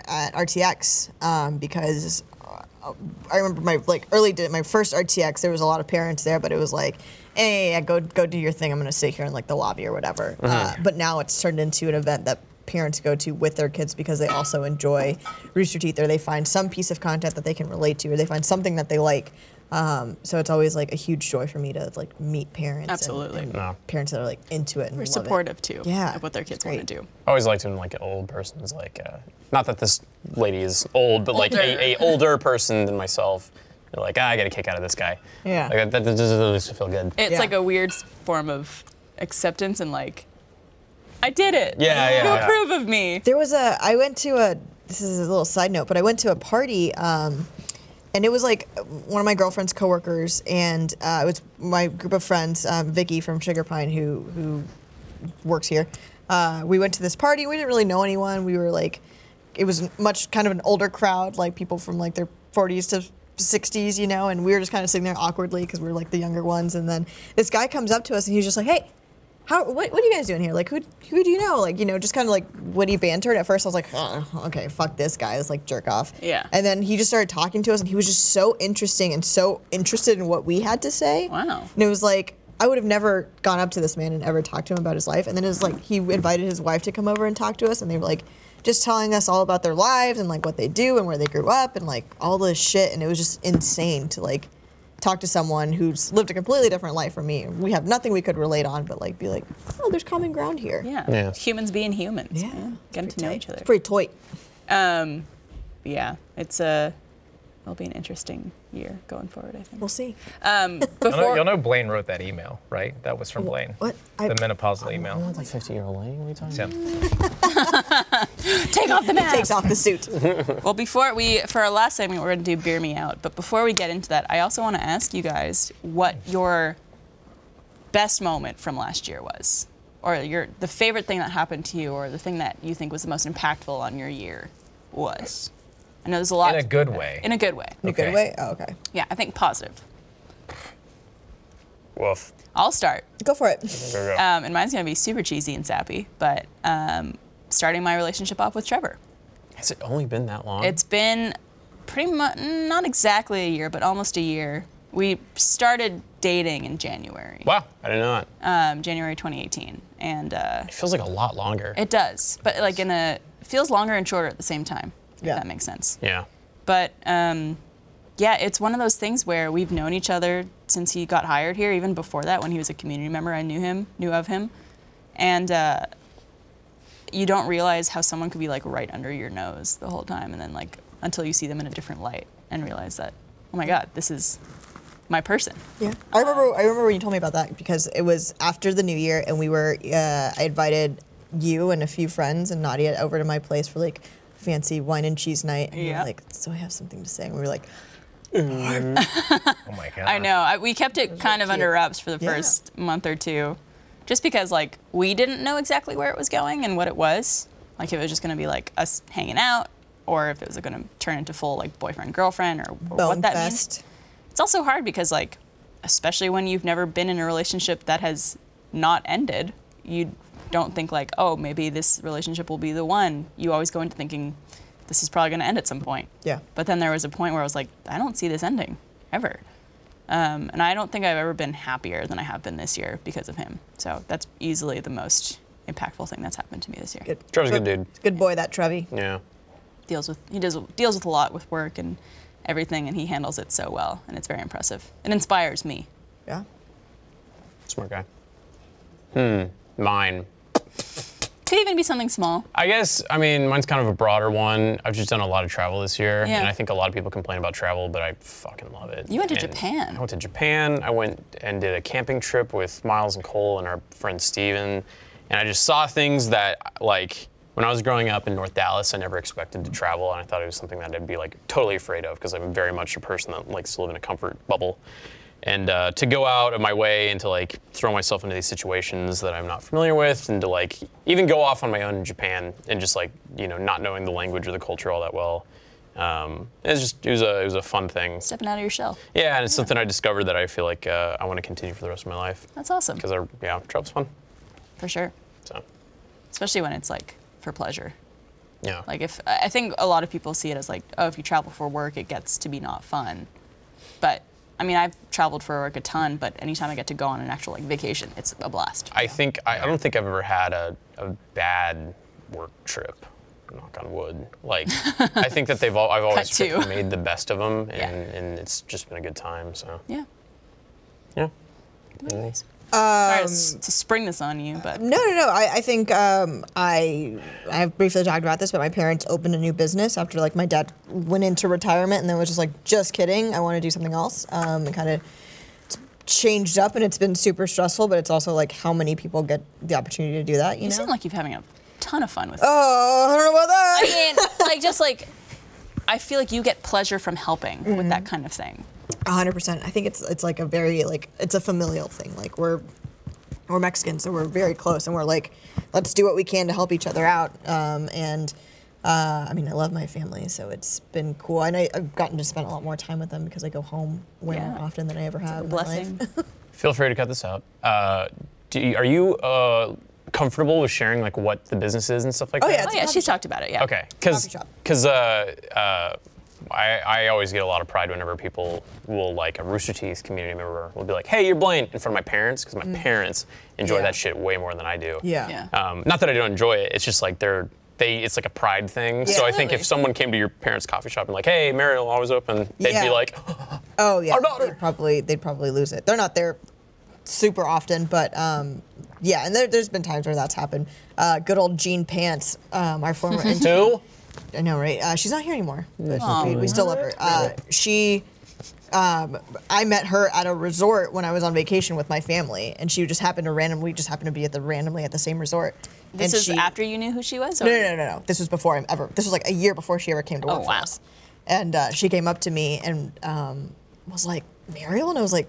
Speaker 3: at RTX um, because uh, I remember my like early day- my first RTX. There was a lot of parents there, but it was like, hey, yeah, go go do your thing. I'm gonna sit here in like the lobby or whatever. Uh, but now it's turned into an event that parents go to with their kids because they also enjoy Rooster Teeth or they find some piece of content that they can relate to or they find something that they like. Um, so it's always like a huge joy for me to like meet parents. and-
Speaker 4: Absolutely.
Speaker 3: and Parents that are like into it and
Speaker 4: We're
Speaker 3: love it.
Speaker 4: supportive too
Speaker 3: Yeah,
Speaker 4: of what their kids
Speaker 3: it's
Speaker 4: want to
Speaker 3: great.
Speaker 4: do.
Speaker 2: I always liked when like an old person is like, uh, not that this lady is old, but like
Speaker 4: Older.
Speaker 2: a, a older person than myself. They're like, ah, I get a kick out of this guy.
Speaker 3: Yeah.
Speaker 2: Like, that, that doesn't really feel good.
Speaker 4: It's
Speaker 3: Yeah.
Speaker 4: like a weird s- form of acceptance and like, I did it.
Speaker 2: Yeah,
Speaker 4: You
Speaker 2: yeah, yeah.
Speaker 4: approve of me.
Speaker 3: There was a. I went to a. This is a little side note, but I went to a party, um, and it was like one of my girlfriend's coworkers, and uh, it was my group of friends, um, Vicky from Sugar Pine, who who works here. Uh, we went to this party. We didn't really know anyone. We were like, it was much kind of an older crowd, like people from like their 40s to 60s, you know. And we were just kind of sitting there awkwardly because we were like the younger ones. And then this guy comes up to us and he's just like, "Hey, how? What, what are you guys doing here? Like, who who do you know? Like, you know, just kind of like witty banter. And at first, I was like, oh, okay, fuck this guy, this like jerk off.
Speaker 4: Yeah.
Speaker 3: And then he just started talking to us, and he was just so interesting and so interested in what we had to say.
Speaker 4: Wow.
Speaker 3: And it was like I would have never gone up to this man and ever talked to him about his life. And then it was like he invited his wife to come over and talk to us, and they were like just telling us all about their lives and like what they do and where they grew up and like all this shit. And it was just insane to like talk to someone who's lived a completely different life from me. We have nothing we could relate on, but like be like, oh, there's common ground here.
Speaker 4: Yeah.
Speaker 2: Yeah.
Speaker 4: Humans being humans.
Speaker 3: Yeah.
Speaker 4: man. Getting to know each other.
Speaker 3: It's pretty tight.
Speaker 4: Um, but yeah, it's a. It'll be an interesting year going forward. I think.
Speaker 3: We'll see.
Speaker 4: Um,
Speaker 5: You'll know,
Speaker 4: before
Speaker 5: you'll know Blaine wrote that email, right? That was from Blaine.
Speaker 3: what? I-
Speaker 5: The menopausal email.
Speaker 2: Like 50 year old lady? What are you talking
Speaker 5: Yeah.
Speaker 2: about?
Speaker 4: take off the mask.
Speaker 3: Takes off the suit.
Speaker 4: Well, before we, for our last segment, we're going to do Beer Me Out. But before we get into that, I also want to ask you guys what your best moment from last year was, or your the favorite thing that happened to you, or the thing that you think was the most impactful on your year was. I know there's a lot.
Speaker 5: In a good way.
Speaker 4: In a good way.
Speaker 3: In a good
Speaker 5: Okay.
Speaker 3: way? Oh, okay.
Speaker 4: Yeah, I think positive.
Speaker 2: Woof.
Speaker 4: I'll start.
Speaker 3: Go for it.
Speaker 2: There we go.
Speaker 4: Um, and mine's going to be super cheesy and sappy, but um, starting my relationship off with Trevor.
Speaker 2: Has it only been that long?
Speaker 4: It's been pretty much not exactly a year, but almost a year. We started dating in January,
Speaker 2: wow. I didn't know that.
Speaker 4: um, January 2018, and uh,
Speaker 2: It feels like a lot longer.
Speaker 4: it does, but like in a it feels longer and shorter at the same time. If
Speaker 3: Yeah.
Speaker 4: that makes sense.
Speaker 2: yeah.
Speaker 4: But um, yeah, it's one of those things where we've known each other since he got hired here, even before that, when he was a community member, I knew him, knew of him. And uh, you don't realize how someone could be like right under your nose the whole time, and then like until you see them in a different light and realize that, oh my God, this is my person.
Speaker 3: Yeah, I remember. I remember when you told me about that because it was after the New Year, and we were. Uh, I invited you and a few friends and Nadia over to my place for like fancy wine and cheese night, and you
Speaker 4: Yeah.
Speaker 3: were like, "So I have something to say," and we were like,
Speaker 5: Oh my god.
Speaker 4: I know. I, we kept it kind of under wraps for the
Speaker 3: Yeah.
Speaker 4: first month or two, just because like we didn't know exactly where it was going and what it was. Like if it was just gonna be like us hanging out, or if it was gonna turn into full like boyfriend girlfriend, or, or
Speaker 3: "Bone
Speaker 4: what that means.
Speaker 3: fest."
Speaker 4: It's also hard because like, especially when you've never been in a relationship that has not ended, you don't think like, oh, maybe this relationship will be the one. You always go into thinking, this is probably gonna end at some point.
Speaker 3: Yeah.
Speaker 4: But then there was a point where I was like, I don't see this ending ever. Um, and I don't think I've ever been happier than I have been this year because of him. So that's easily the most impactful thing that's happened to me this year.
Speaker 3: Good,
Speaker 2: Trevor's a good dude.
Speaker 3: good boy, that Trevi.
Speaker 2: Yeah.
Speaker 4: Deals with he does deals with a lot with work and everything, and he handles it so well, and it's very impressive. It inspires me.
Speaker 3: Yeah,
Speaker 2: Smart guy. Hmm. Mine.
Speaker 4: Could even be something small.
Speaker 2: I guess, I mean, mine's kind of a broader one. I've just done a lot of travel this year,
Speaker 4: Yeah.
Speaker 2: and I think a lot of people complain about travel, but I fucking love it.
Speaker 4: You went to
Speaker 2: And
Speaker 4: Japan.
Speaker 2: I went to Japan. I went and did a camping trip with Miles and Cole and our friend Steven, and I just saw things that, like, when I was growing up in North Dallas, I never expected to travel, and I thought it was something that I'd be like totally afraid of because I'm very much a person that likes to live in a comfort bubble. And uh, to go out of my way and to like throw myself into these situations that I'm not familiar with, and to like even go off on my own in Japan and just like you know not knowing the language or the culture all that well, um, it was just it was a it was a fun thing.
Speaker 4: Stepping out of your shell.
Speaker 2: Yeah, and it's something I discovered that I feel like uh, I want to continue for the rest of my life
Speaker 4: That's awesome.
Speaker 2: because I yeah travel's fun.
Speaker 4: for sure.
Speaker 2: So,
Speaker 4: Especially when it's like for pleasure.
Speaker 2: yeah.
Speaker 4: Like if I I think a lot of people see it as like, oh, if you travel for work, it gets to be not fun. But I mean, I've traveled for work a ton, but anytime I get to go on an actual like vacation, it's a blast.
Speaker 2: I think I, I don't think I've ever had a, a bad work trip. Knock on wood. Like I think that they've all I've always
Speaker 4: to.
Speaker 2: made the best of them, and,
Speaker 4: Yeah.
Speaker 2: and it's just been a good time. So
Speaker 4: yeah.
Speaker 2: yeah,
Speaker 4: Sorry to, s- to spring this on you, but
Speaker 3: No, no, no. I, I think um, I I've briefly talked about this, but my parents opened a new business after like my dad went into retirement and then was just like, just kidding, I want to do something else. Um, and kind of changed up, and it's been super stressful. But it's also like how many people get the opportunity to do that, you
Speaker 4: you
Speaker 3: know?
Speaker 4: seem like you're having a ton of fun with it.
Speaker 3: oh, I don't know about that.
Speaker 4: I mean, like just like I feel like you get pleasure from helping
Speaker 3: Mm-hmm.
Speaker 4: with that kind of thing.
Speaker 3: hundred percent. I think it's it's like a very like it's a familial thing. Like we're we're Mexican, so we're very close, and we're like, let's do what we can to help each other out. Um, and uh, I mean, I love my family, so it's been cool. And I, I've gotten to spend a lot more time with them because I go home way more
Speaker 4: Yeah.
Speaker 3: often than I ever have. in my life.
Speaker 4: Blessing.
Speaker 2: feel free to cut this out. Uh, do you, are you uh, comfortable with sharing like what the business is and stuff like
Speaker 3: Oh,
Speaker 2: that?
Speaker 3: yeah,
Speaker 4: Oh
Speaker 3: It's a
Speaker 4: yeah,
Speaker 3: coffee
Speaker 4: she's talked about it. Yeah.
Speaker 2: Okay, because
Speaker 3: Coffee shop.
Speaker 2: because uh, uh, I I always get a lot of pride whenever people will like a Rooster Teeth community member will be like, "Hey, you're Blaine," in front of my parents because my parents enjoy
Speaker 3: Mm. Yeah.
Speaker 2: that shit way more than I do.
Speaker 3: Yeah.
Speaker 4: Yeah.
Speaker 2: Um, not that I don't enjoy it. It's just like they're they. It's like a pride thing. so I think
Speaker 4: Absolutely.
Speaker 2: if someone came to your parents' coffee shop and like, "Hey, Mariel always open," they'd
Speaker 3: Yeah.
Speaker 2: be like,
Speaker 3: Oh yeah,
Speaker 2: Our daughter.
Speaker 3: They'd probably they'd probably lose it. They're not there super often, but um, yeah, and there, there's been times where that's happened. Uh, good old Jean Pants, um, our former intern.
Speaker 2: "Who?"
Speaker 3: I know, right? Uh, she's not here anymore. But we, we still love her. Uh, she, um, I met her at a resort when I was on vacation with my family, and she just happened to randomly just happened to be at the randomly at the same resort.
Speaker 4: This
Speaker 3: and
Speaker 4: is
Speaker 3: she-
Speaker 4: after you knew who she was. Or?
Speaker 3: No, no, no, no, no. This was before I'm ever. This was like a year before she ever came to
Speaker 4: Oh,
Speaker 3: work for
Speaker 4: wow.
Speaker 3: us. And uh, she came up to me and um, was like, "Mariel," and I was like,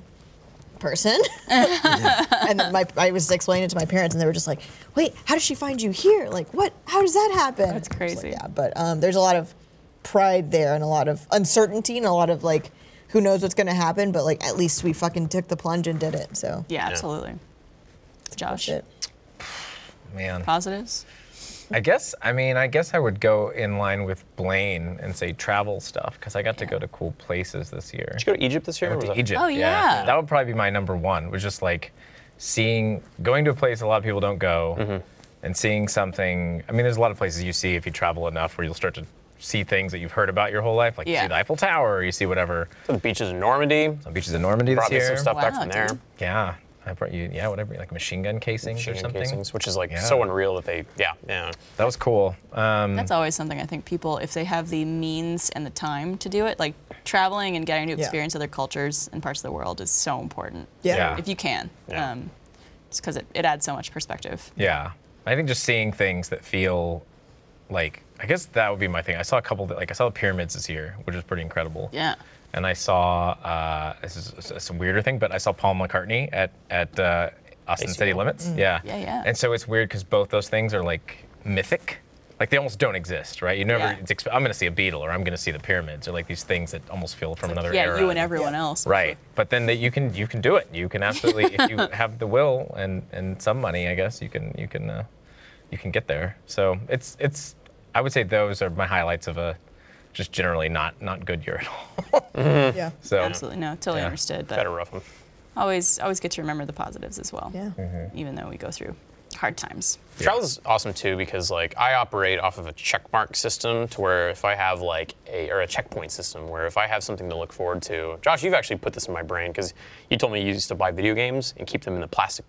Speaker 3: "Person." and then my, I was explaining it to my parents, and they were just like, "Wait, how does she find you here? Like, what? How does that happen?"
Speaker 4: That's
Speaker 3: I was like,
Speaker 4: crazy.
Speaker 3: yeah, but um, there's a lot of pride there, and a lot of uncertainty, and a lot of like, who knows what's gonna happen? But like, at least we fucking took the plunge and did it. So
Speaker 4: Yeah, absolutely. Josh,
Speaker 3: shit.
Speaker 5: Man.
Speaker 4: positives.
Speaker 5: I guess I mean I guess I would go in line with Blaine and say travel stuff because I got to go to cool places this year.
Speaker 2: Did you go to Egypt this year?
Speaker 5: I went
Speaker 2: or was
Speaker 5: to
Speaker 2: that-
Speaker 5: Egypt.
Speaker 4: Oh, yeah.
Speaker 5: That would probably be my number one. Was just like seeing going to a place a lot of people don't go
Speaker 2: Mm-hmm.
Speaker 5: and seeing something. I mean, there's a lot of places you see if you travel enough where you'll start to see things that you've heard about your whole life, like you
Speaker 4: Yeah.
Speaker 5: see the Eiffel Tower, or you see whatever.
Speaker 2: The beaches in Normandy.
Speaker 5: The beaches in Normandy this
Speaker 2: Brought me
Speaker 5: year.
Speaker 2: some stuff back
Speaker 4: Wow,
Speaker 2: from there.
Speaker 4: dude.
Speaker 5: Yeah, I brought you. Yeah, whatever, like machine gun casings or
Speaker 2: Shooting
Speaker 5: something.
Speaker 2: casings, which is like
Speaker 5: Yeah.
Speaker 2: so unreal that they, yeah, yeah.
Speaker 5: That was cool. Um,
Speaker 4: That's always something I think people, if they have the means and the time to do it, like traveling and getting to
Speaker 3: Yeah.
Speaker 4: experience other cultures and parts of the world is so important.
Speaker 3: Yeah.
Speaker 4: If you can.
Speaker 2: Yeah.
Speaker 4: Um, just because it, it adds so much perspective.
Speaker 5: Yeah. I think just seeing things that feel like I guess that would be my thing. I saw a couple that like I saw the pyramids this year, which is pretty incredible.
Speaker 4: Yeah.
Speaker 5: And I saw uh, this is s- some weirder thing, but I saw Paul McCartney at at uh, Austin City Limits. Yeah.
Speaker 4: Mm. Yeah, yeah.
Speaker 5: And so it's weird because both those things are like mythic. Like they almost don't exist, right? You never.
Speaker 4: Yeah.
Speaker 5: It's exp- I'm going to see a beetle, or I'm going to see the pyramids, or like these things that almost feel from another
Speaker 4: yeah,
Speaker 5: era.
Speaker 4: you and everyone else.
Speaker 5: Right, but then that you can you can do it. You can absolutely if you have the will and and some money, I guess you can you can uh, you can get there. So it's it's I would say those are my highlights of a just generally not not good year at all.
Speaker 3: Yeah.
Speaker 5: So
Speaker 4: Absolutely. No, totally
Speaker 5: Yeah.
Speaker 4: understood. But
Speaker 2: Better rough them.
Speaker 4: always always good to remember the positives as well.
Speaker 3: Yeah.
Speaker 4: Even though we go through hard times.
Speaker 2: Travel's awesome too because like I operate off of a checkmark system to where if I have like a or a checkpoint system where if I have something to look forward to. Josh, you've actually put this in my brain because you told me you used to buy video games and keep them in the plastic,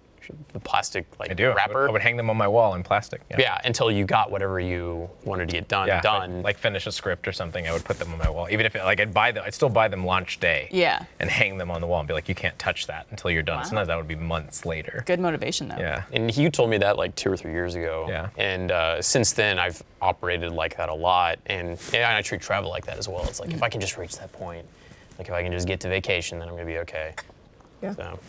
Speaker 2: the plastic like
Speaker 5: I do I would- I
Speaker 2: wrapper.
Speaker 5: would, hang them on my wall in plastic.
Speaker 2: yeah, until you got whatever you wanted to get done.
Speaker 5: Yeah,
Speaker 2: done.
Speaker 5: Like, like finish a script or something. I would put them on my wall, even if it, like I'd buy them. I'd still buy them launch day.
Speaker 4: Yeah.
Speaker 5: And hang them on the wall and be like, you can't touch that until you're done.
Speaker 4: Wow.
Speaker 5: Sometimes that would be months later.
Speaker 4: Good motivation, though.
Speaker 5: Yeah.
Speaker 2: And you told me that like two or three years ago.
Speaker 5: Yeah.
Speaker 2: And uh, since then, I've operated like that a lot, and, and I treat travel like that as well. It's like if I can just reach that point, like if I can just get to vacation, then I'm gonna be okay.
Speaker 3: Yeah.
Speaker 2: So,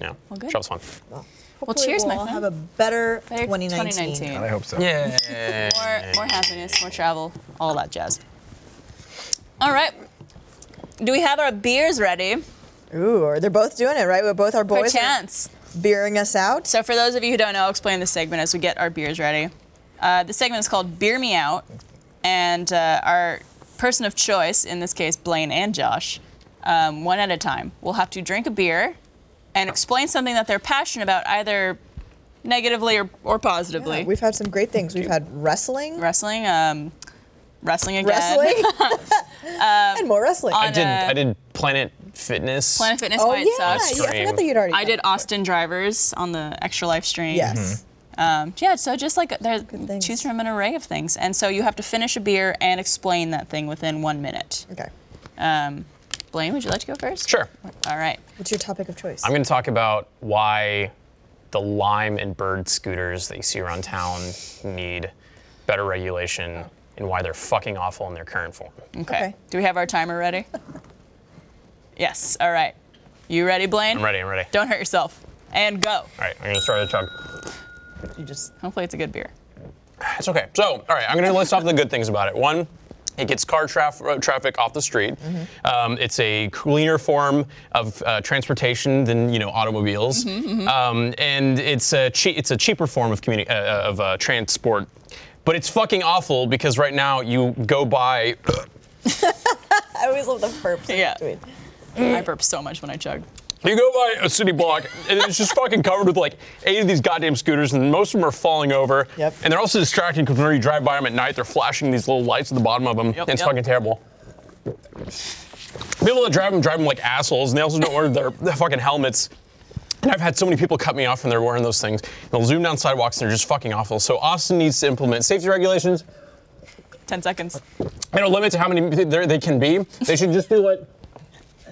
Speaker 2: yeah.
Speaker 4: Well, good.
Speaker 2: Travel's fun.
Speaker 3: Well,
Speaker 4: cheers, my
Speaker 3: we'll
Speaker 4: friend.
Speaker 3: have a better,
Speaker 4: Better
Speaker 3: 2019.
Speaker 5: I hope so.
Speaker 2: Yeah.
Speaker 4: More, more happiness, more travel, all that jazz. All right. Do we have our beers ready?
Speaker 3: Ooh, or they're both doing it, right? We're both our boys.
Speaker 4: Perchance.
Speaker 3: beering us out.
Speaker 4: So, for those of you who don't know, I'll explain this segment as we get our beers ready. Uh, the segment is called Beer Me Out, and uh, our person of choice, in this case, Blaine and Josh, um, one at a time, will have to drink a beer and explain something that they're passionate about, either negatively or, or positively.
Speaker 3: We've had some great things. We've had wrestling,
Speaker 4: wrestling, um, wrestling again.
Speaker 3: wrestling, Um, and more wrestling.
Speaker 2: I did.
Speaker 4: uh,
Speaker 2: I did Planet Fitness.
Speaker 4: Planet Fitness
Speaker 3: oh
Speaker 4: by
Speaker 3: yeah,
Speaker 4: itself.
Speaker 3: yeah, I
Speaker 2: Extreme.
Speaker 3: forgot that you'd already.
Speaker 4: I
Speaker 3: done
Speaker 4: did Austin Drivers on the Extra Life stream.
Speaker 3: it. Yes.
Speaker 4: Um, yeah, so just like there,
Speaker 3: things.
Speaker 4: choose from an array of things, and so you have to finish a beer and explain that thing within one minute.
Speaker 2: Mm-hmm.
Speaker 3: Okay.
Speaker 4: Um, Blaine, would you like to go first?
Speaker 2: Sure.
Speaker 4: All right.
Speaker 3: What's your topic of choice?
Speaker 2: I'm going to talk about why the lime and bird scooters that you see around town need better regulation and why they're fucking awful in their current form.
Speaker 4: Okay.
Speaker 3: Okay.
Speaker 4: Do we have our timer ready? yes. All right. You ready, Blaine?
Speaker 2: I'm ready. I'm ready.
Speaker 4: Don't hurt yourself. And go.
Speaker 2: All right. I'm going to start at the chug.
Speaker 3: you just
Speaker 4: Hopefully, it's a good beer.
Speaker 2: It's okay. So, all right, I'm going to list off the good things about it. One, it gets car traf- road traffic off the street. Um, it's a cleaner form of uh, transportation than you know automobiles, Um, and it's a che- it's a cheaper form of communi- uh, uh, of uh, transport. But it's fucking awful because right now you go by.
Speaker 3: I always love the burps.
Speaker 4: Yeah. I burp so much when I chug.
Speaker 2: You go by a city block, and it's just fucking covered with like eight of these goddamn scooters, and most of them are falling over.
Speaker 3: Yep.
Speaker 2: And they're also distracting because whenever you drive by them at night, they're flashing these little lights at the bottom of them.
Speaker 4: Yep,
Speaker 2: and it's
Speaker 4: yep.
Speaker 2: fucking terrible. People that drive them drive them like assholes, and they also don't wear their, their fucking helmets. And I've had so many people cut me off when they're wearing those things. They'll zoom down sidewalks, and they're just fucking awful. So Austin needs to implement safety regulations
Speaker 4: Ten seconds.
Speaker 2: and a limit to how many there they can be. They should just do like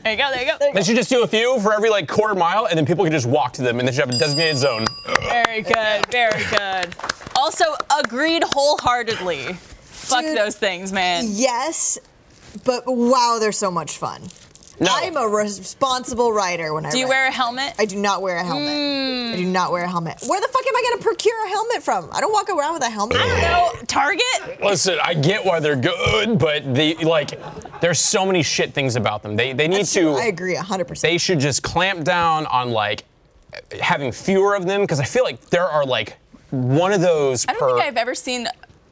Speaker 4: There you go. There you go.
Speaker 2: they should just do a few for every like quarter mile, and then people can just walk to them, and they should have a designated zone.
Speaker 4: Very good. Very good. Also, agreed wholeheartedly. Fuck
Speaker 3: Dude.
Speaker 4: those things, man.
Speaker 3: Yes, but wow, they're so much fun.
Speaker 2: No.
Speaker 3: I'm a responsible rider when I.
Speaker 4: Do you
Speaker 3: ride.
Speaker 4: wear a helmet?
Speaker 3: I do not wear a helmet. I do not wear a helmet. Where the fuck am I gonna procure a helmet from? I don't walk around with a helmet.
Speaker 4: I don't know. Oh, Target?
Speaker 2: Listen, I get why they're good, but they like there's so many shit things about them. They they need to
Speaker 3: I agree, 100%.
Speaker 2: they should just clamp down on like having fewer of them because I feel like there are like one of those
Speaker 4: I don't
Speaker 2: per
Speaker 4: think I've ever seen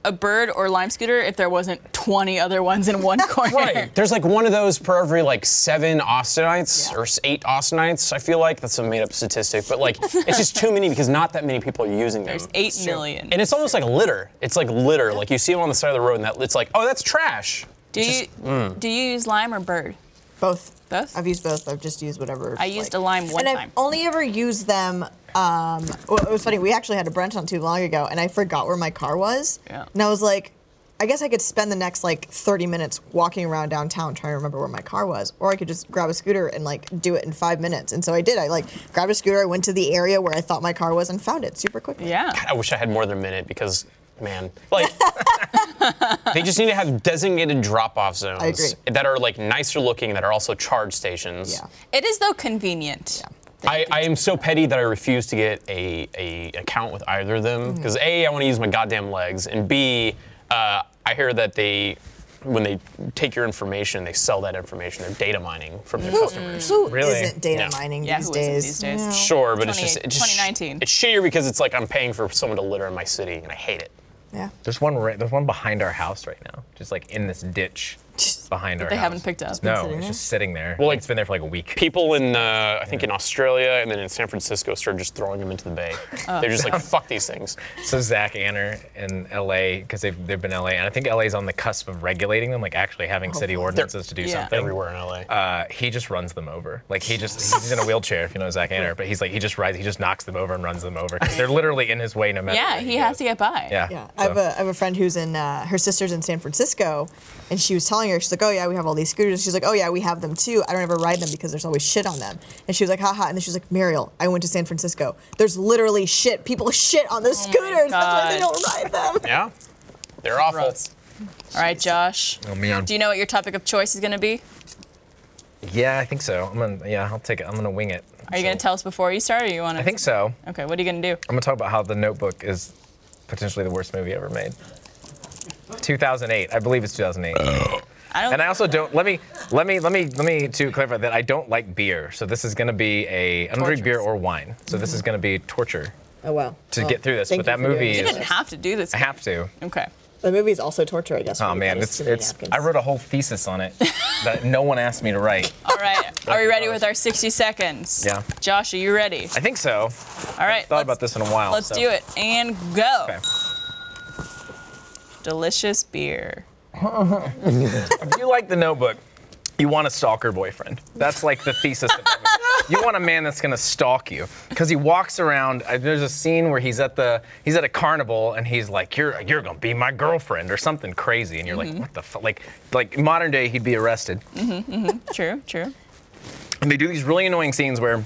Speaker 4: a bird or lime scooter if there wasn't 20 other ones in one corner.
Speaker 2: right. There's like one of those per every like seven Austinites
Speaker 3: Yeah.
Speaker 2: or s- eight Austinites. I feel like that's a made up statistic, but like it's just too many because not that many people are using
Speaker 4: There's
Speaker 2: them.
Speaker 4: 8 million.
Speaker 2: and it's almost like litter. It's like litter. Like you see them on the side of the road, and that it's like, oh, that's trash.
Speaker 4: do you
Speaker 2: mm.
Speaker 4: do you use lime or bird?
Speaker 3: both.
Speaker 4: Both?
Speaker 3: I've used both. I've just used whatever.
Speaker 4: I used a lime one
Speaker 3: and I've
Speaker 4: time.
Speaker 3: only ever used them. Um, well, it was funny. We actually had a brunch not too long ago, and I forgot where my car was.
Speaker 4: Yeah.
Speaker 3: And I was like, I guess I could spend the next like 30 minutes walking around downtown trying to remember where my car was, or I could just grab a scooter and like do it in five minutes. And so I did. I like grabbed a scooter. I went to the area where I thought my car was and found it super quickly.
Speaker 4: Yeah.
Speaker 2: I wish I had more than a minute because, man, like, they just need to have designated drop-off zones
Speaker 3: agree.
Speaker 2: that are like nicer looking, that are also charge stations.
Speaker 3: Yeah.
Speaker 4: It is though convenient.
Speaker 2: I, I am so petty that I refuse to get a, a account with either of
Speaker 3: Mm-hmm.
Speaker 2: them because a I want to use my goddamn legs and b uh, I hear that they when they take your information they sell that information they're data mining from
Speaker 3: Mm-hmm.
Speaker 2: their customers.
Speaker 3: Who
Speaker 5: Really?
Speaker 3: isn't data
Speaker 2: Yeah.
Speaker 3: mining
Speaker 4: Yeah,
Speaker 3: these,
Speaker 4: who isn't
Speaker 3: days?
Speaker 4: these days?
Speaker 2: Sure, but it's just,
Speaker 4: 28
Speaker 2: it's just
Speaker 4: 2019.
Speaker 2: It's shittier because it's like I'm paying for someone to litter in my city and I hate it.
Speaker 3: Yeah.
Speaker 5: There's one. Right, there's one behind our house right now, just like in this ditch behind our.
Speaker 4: they
Speaker 5: house.
Speaker 4: haven't picked up. It's been
Speaker 5: No,
Speaker 3: sitting
Speaker 5: it's
Speaker 3: there?
Speaker 5: just sitting there.
Speaker 2: Well,
Speaker 5: Well,
Speaker 2: like-
Speaker 5: it's been there for like a week.
Speaker 2: people in uh, I think in Australia and then in San Francisco started just throwing them into the bay.
Speaker 4: Oh.
Speaker 2: They're just like fuck these things.
Speaker 5: So Zach Anner in LA, because they've, they've been in LA, and I think LA is on the cusp of regulating them, like actually having city ordinances to do
Speaker 4: Yeah.
Speaker 5: something.
Speaker 2: Everywhere in LA.
Speaker 5: Uh, he just runs them over. Like he just he's in a wheelchair, if you know Zach Anner, but he's like he just rides, he just knocks them over and runs them over because they're literally in his way no matter.
Speaker 4: Yeah,
Speaker 5: where
Speaker 4: he has to
Speaker 5: goes.
Speaker 4: get by.
Speaker 5: Yeah.
Speaker 3: Yeah, I have
Speaker 5: so-
Speaker 3: a, I have a friend who's in uh, her sister's in San Francisco, and she was telling her she's like, oh yeah, we have all these scooters. She's like, oh yeah, we have them too. I don't ever ride them because there's always shit on them. And she was like, haha. And then she's like, Mariel, I went to San Francisco. There's literally shit. People shit on those scooters. That's why they
Speaker 4: God.
Speaker 3: don't ride them.
Speaker 2: yeah, they're awful.
Speaker 4: Gross. All right, Josh.
Speaker 5: Oh, man.
Speaker 4: Do you know what your topic of choice is going to be?
Speaker 5: Yeah, I think so. I'm gonna yeah, I'll take it. I'm gonna wing it.
Speaker 4: Are you going to tell us before you start, or you want to?
Speaker 5: I think so. I'm
Speaker 4: Okay. What are you going to do?
Speaker 5: gonna talk about how The Notebook is potentially the worst movie ever made. 2008, I believe it's 2008.
Speaker 4: I don't
Speaker 5: And I also don't. Let me let me let me let me to clarify that I don't like beer. So this is going to be a. I don't drink beer or wine. So this is going to be torture.
Speaker 3: Oh wow.
Speaker 5: To
Speaker 3: Well,
Speaker 5: get through this,
Speaker 3: thank
Speaker 5: but that
Speaker 3: you for doing
Speaker 5: movie
Speaker 4: You
Speaker 3: this.
Speaker 5: is-
Speaker 4: didn't have to do this.
Speaker 5: I have to.
Speaker 4: Okay.
Speaker 3: The movie is also torture, I guess.
Speaker 5: Oh
Speaker 3: when you
Speaker 5: man,
Speaker 3: use
Speaker 5: it's
Speaker 3: too many
Speaker 5: it's.
Speaker 3: napkins.
Speaker 5: I wrote a whole thesis on it that no one asked me to write.
Speaker 4: All right. Are we ready with our 60 seconds?
Speaker 5: Yeah.
Speaker 4: Josh, are you ready?
Speaker 5: I think so.
Speaker 4: All right.
Speaker 5: Thought
Speaker 4: let's-
Speaker 5: about this in a while.
Speaker 4: Let's
Speaker 5: so-
Speaker 4: do it and go.
Speaker 5: Okay.
Speaker 4: Delicious beer.
Speaker 5: If you like the Notebook, you want a stalker boyfriend. That's like the thesis. Of the movie. you want a man that's gonna stalk you because he walks around. uh, There's a scene where he's at the he's at a carnival and he's like, "You're you're gonna be my girlfriend" or something crazy, and you're like, "What the fuck?" Like like modern day, he'd be arrested.
Speaker 4: True, true.
Speaker 5: And they do these really annoying scenes where.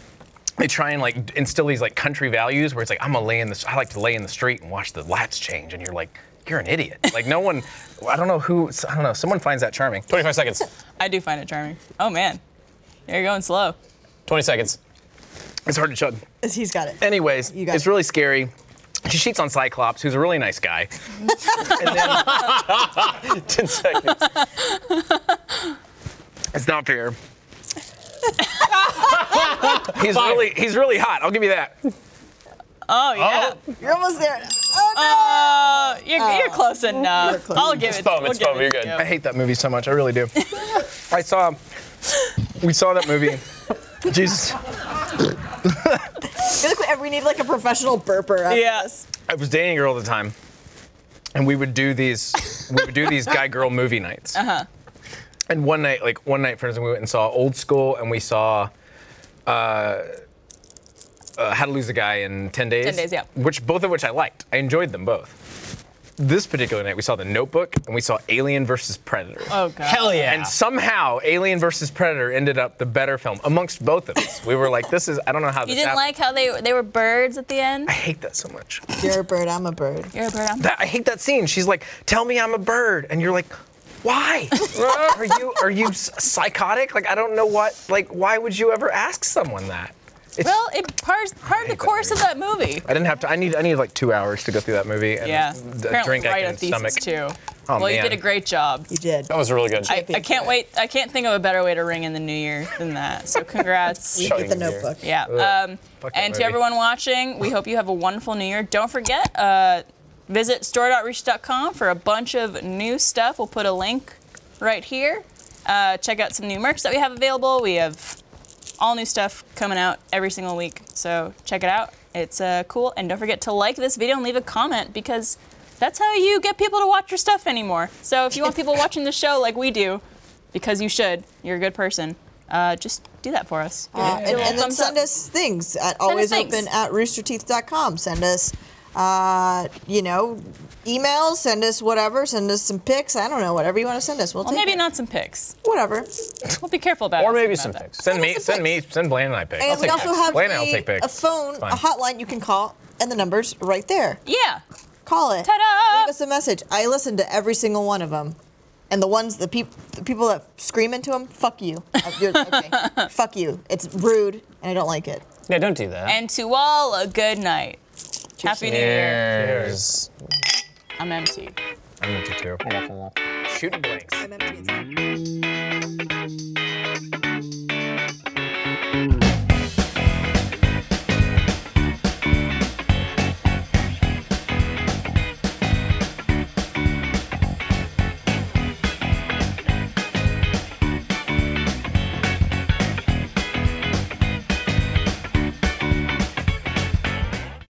Speaker 5: They try and like instill these like country values where it's like I'm gonna lay in the I like to lay in the street and watch the lights change and you're like you're an idiot like no one I don't know who I don't know someone finds that charming
Speaker 2: 25 seconds.
Speaker 4: I do find it charming. Oh man. You're going slow.
Speaker 2: 20 seconds.
Speaker 5: it's hard to chug
Speaker 3: He's got it.
Speaker 5: Anyways,
Speaker 3: got
Speaker 5: it's
Speaker 3: it.
Speaker 5: really scary. She cheats on Cyclops, who's a really nice guy. and then,
Speaker 2: 10 seconds.
Speaker 5: it's not fair. he's really he's really hot. I'll give you that.
Speaker 4: Oh yeah.
Speaker 3: You're almost there. Oh no.
Speaker 4: Oh, you're, you're close enough.
Speaker 3: close.
Speaker 4: I'll give it.
Speaker 2: foam,
Speaker 4: we'll
Speaker 2: it's
Speaker 4: give
Speaker 2: foam,
Speaker 4: it
Speaker 2: you're
Speaker 4: to
Speaker 2: good.
Speaker 4: you.
Speaker 5: I hate that movie so much. I really do. I saw we saw that movie. Jesus,
Speaker 3: I feel like we- we need like a professional burper. after
Speaker 4: Yes.
Speaker 5: I was dating a girl at the time, and we would do these we would do these guy girl movie nights. Uh
Speaker 4: Uh-huh.
Speaker 5: huh. And one night, like one night, for instance, we went and saw Old School, and we saw uh, uh, How to Lose a Guy in Ten Days.
Speaker 4: 10 Days, yeah.
Speaker 5: Which both of which I liked. I enjoyed them both. This particular night, we saw The Notebook, and we saw Alien versus Predator.
Speaker 4: Oh god.
Speaker 2: Hell yeah.
Speaker 5: And somehow, Alien versus Predator ended up the better film amongst both of us. We were like, "This is I don't know how
Speaker 4: You
Speaker 5: this
Speaker 4: didn't
Speaker 5: happened.
Speaker 4: like how they they were birds at the end.
Speaker 5: I hate that so much.
Speaker 3: You're a bird. I'm a bird.
Speaker 4: You're a bird. I'm
Speaker 5: That, I hate that scene. She's like, "Tell me I'm a bird," and you're like, "Why? are you are you s- psychotic? Like I don't know what. Like why would you ever ask someone that?" It's,
Speaker 4: Well, it part part of the
Speaker 5: hate that
Speaker 4: course of
Speaker 5: movie.
Speaker 4: that movie.
Speaker 5: I didn't have to. I need I need like two hours to go through that movie and
Speaker 4: Yeah.
Speaker 5: the drink I
Speaker 4: write
Speaker 5: can
Speaker 4: a thesis
Speaker 5: stomach.
Speaker 4: too.
Speaker 5: Oh,
Speaker 4: well, you did
Speaker 5: man.
Speaker 4: a great job.
Speaker 3: You did.
Speaker 5: Oh,
Speaker 2: that was really good.
Speaker 4: I, I can't wait. I can't think of a better way to ring in the new year than that. So congrats.
Speaker 3: You get the
Speaker 2: Showing here.
Speaker 3: notebook.
Speaker 4: Yeah. Um,
Speaker 5: fuck that
Speaker 4: and to
Speaker 5: movie.
Speaker 4: everyone watching, we hope you have a wonderful new year. Don't forget, uh, visit store.reach.com for a bunch of new stuff. We'll put a link right here. Uh, check out some new merch that we have available. We have all new stuff coming out every single week. So check it out. It's uh, cool. And don't forget to like this video and leave a comment because that's how you get people to watch your stuff anymore. So if you want people watching the show like we do, because you should, you're a good person, uh, just do that for us. Give it-
Speaker 3: Uh,
Speaker 4: give it a
Speaker 3: and,
Speaker 4: little
Speaker 3: and then
Speaker 4: thumbs up.
Speaker 3: send us things at
Speaker 4: us
Speaker 3: alwaysopen
Speaker 4: things.
Speaker 3: at roosterteeth.com. Send us, uh, you know, emails. Send us whatever. Send us some pics. I don't know. Whatever you want to send us, we'll,
Speaker 4: Well,
Speaker 3: take
Speaker 4: maybe
Speaker 3: it.
Speaker 4: not some pics.
Speaker 3: Whatever.
Speaker 4: We'll be careful about.
Speaker 2: Or maybe
Speaker 4: about
Speaker 2: some
Speaker 4: that.
Speaker 2: pics.
Speaker 5: Send me send me send Blaine and I pick.
Speaker 3: And we also have
Speaker 5: Blaine and I'll
Speaker 3: a,
Speaker 5: take pics.
Speaker 3: a phone, a
Speaker 5: Fine.
Speaker 3: hotline you can call, and the number's right there.
Speaker 4: Yeah.
Speaker 3: Call it.
Speaker 4: Ta-da!
Speaker 3: Leave us a message. I listen to every single one of them. And the ones, the, peop- the people that scream into them, fuck you. Uh, you're- okay. fuck you. It's rude, and I don't like it.
Speaker 2: Yeah, don't do that.
Speaker 4: And to all a good night. Happy New Year.
Speaker 2: Cheers.
Speaker 4: I'm empty.
Speaker 5: I'm into two. Shoot blanks.
Speaker 3: I'm empty.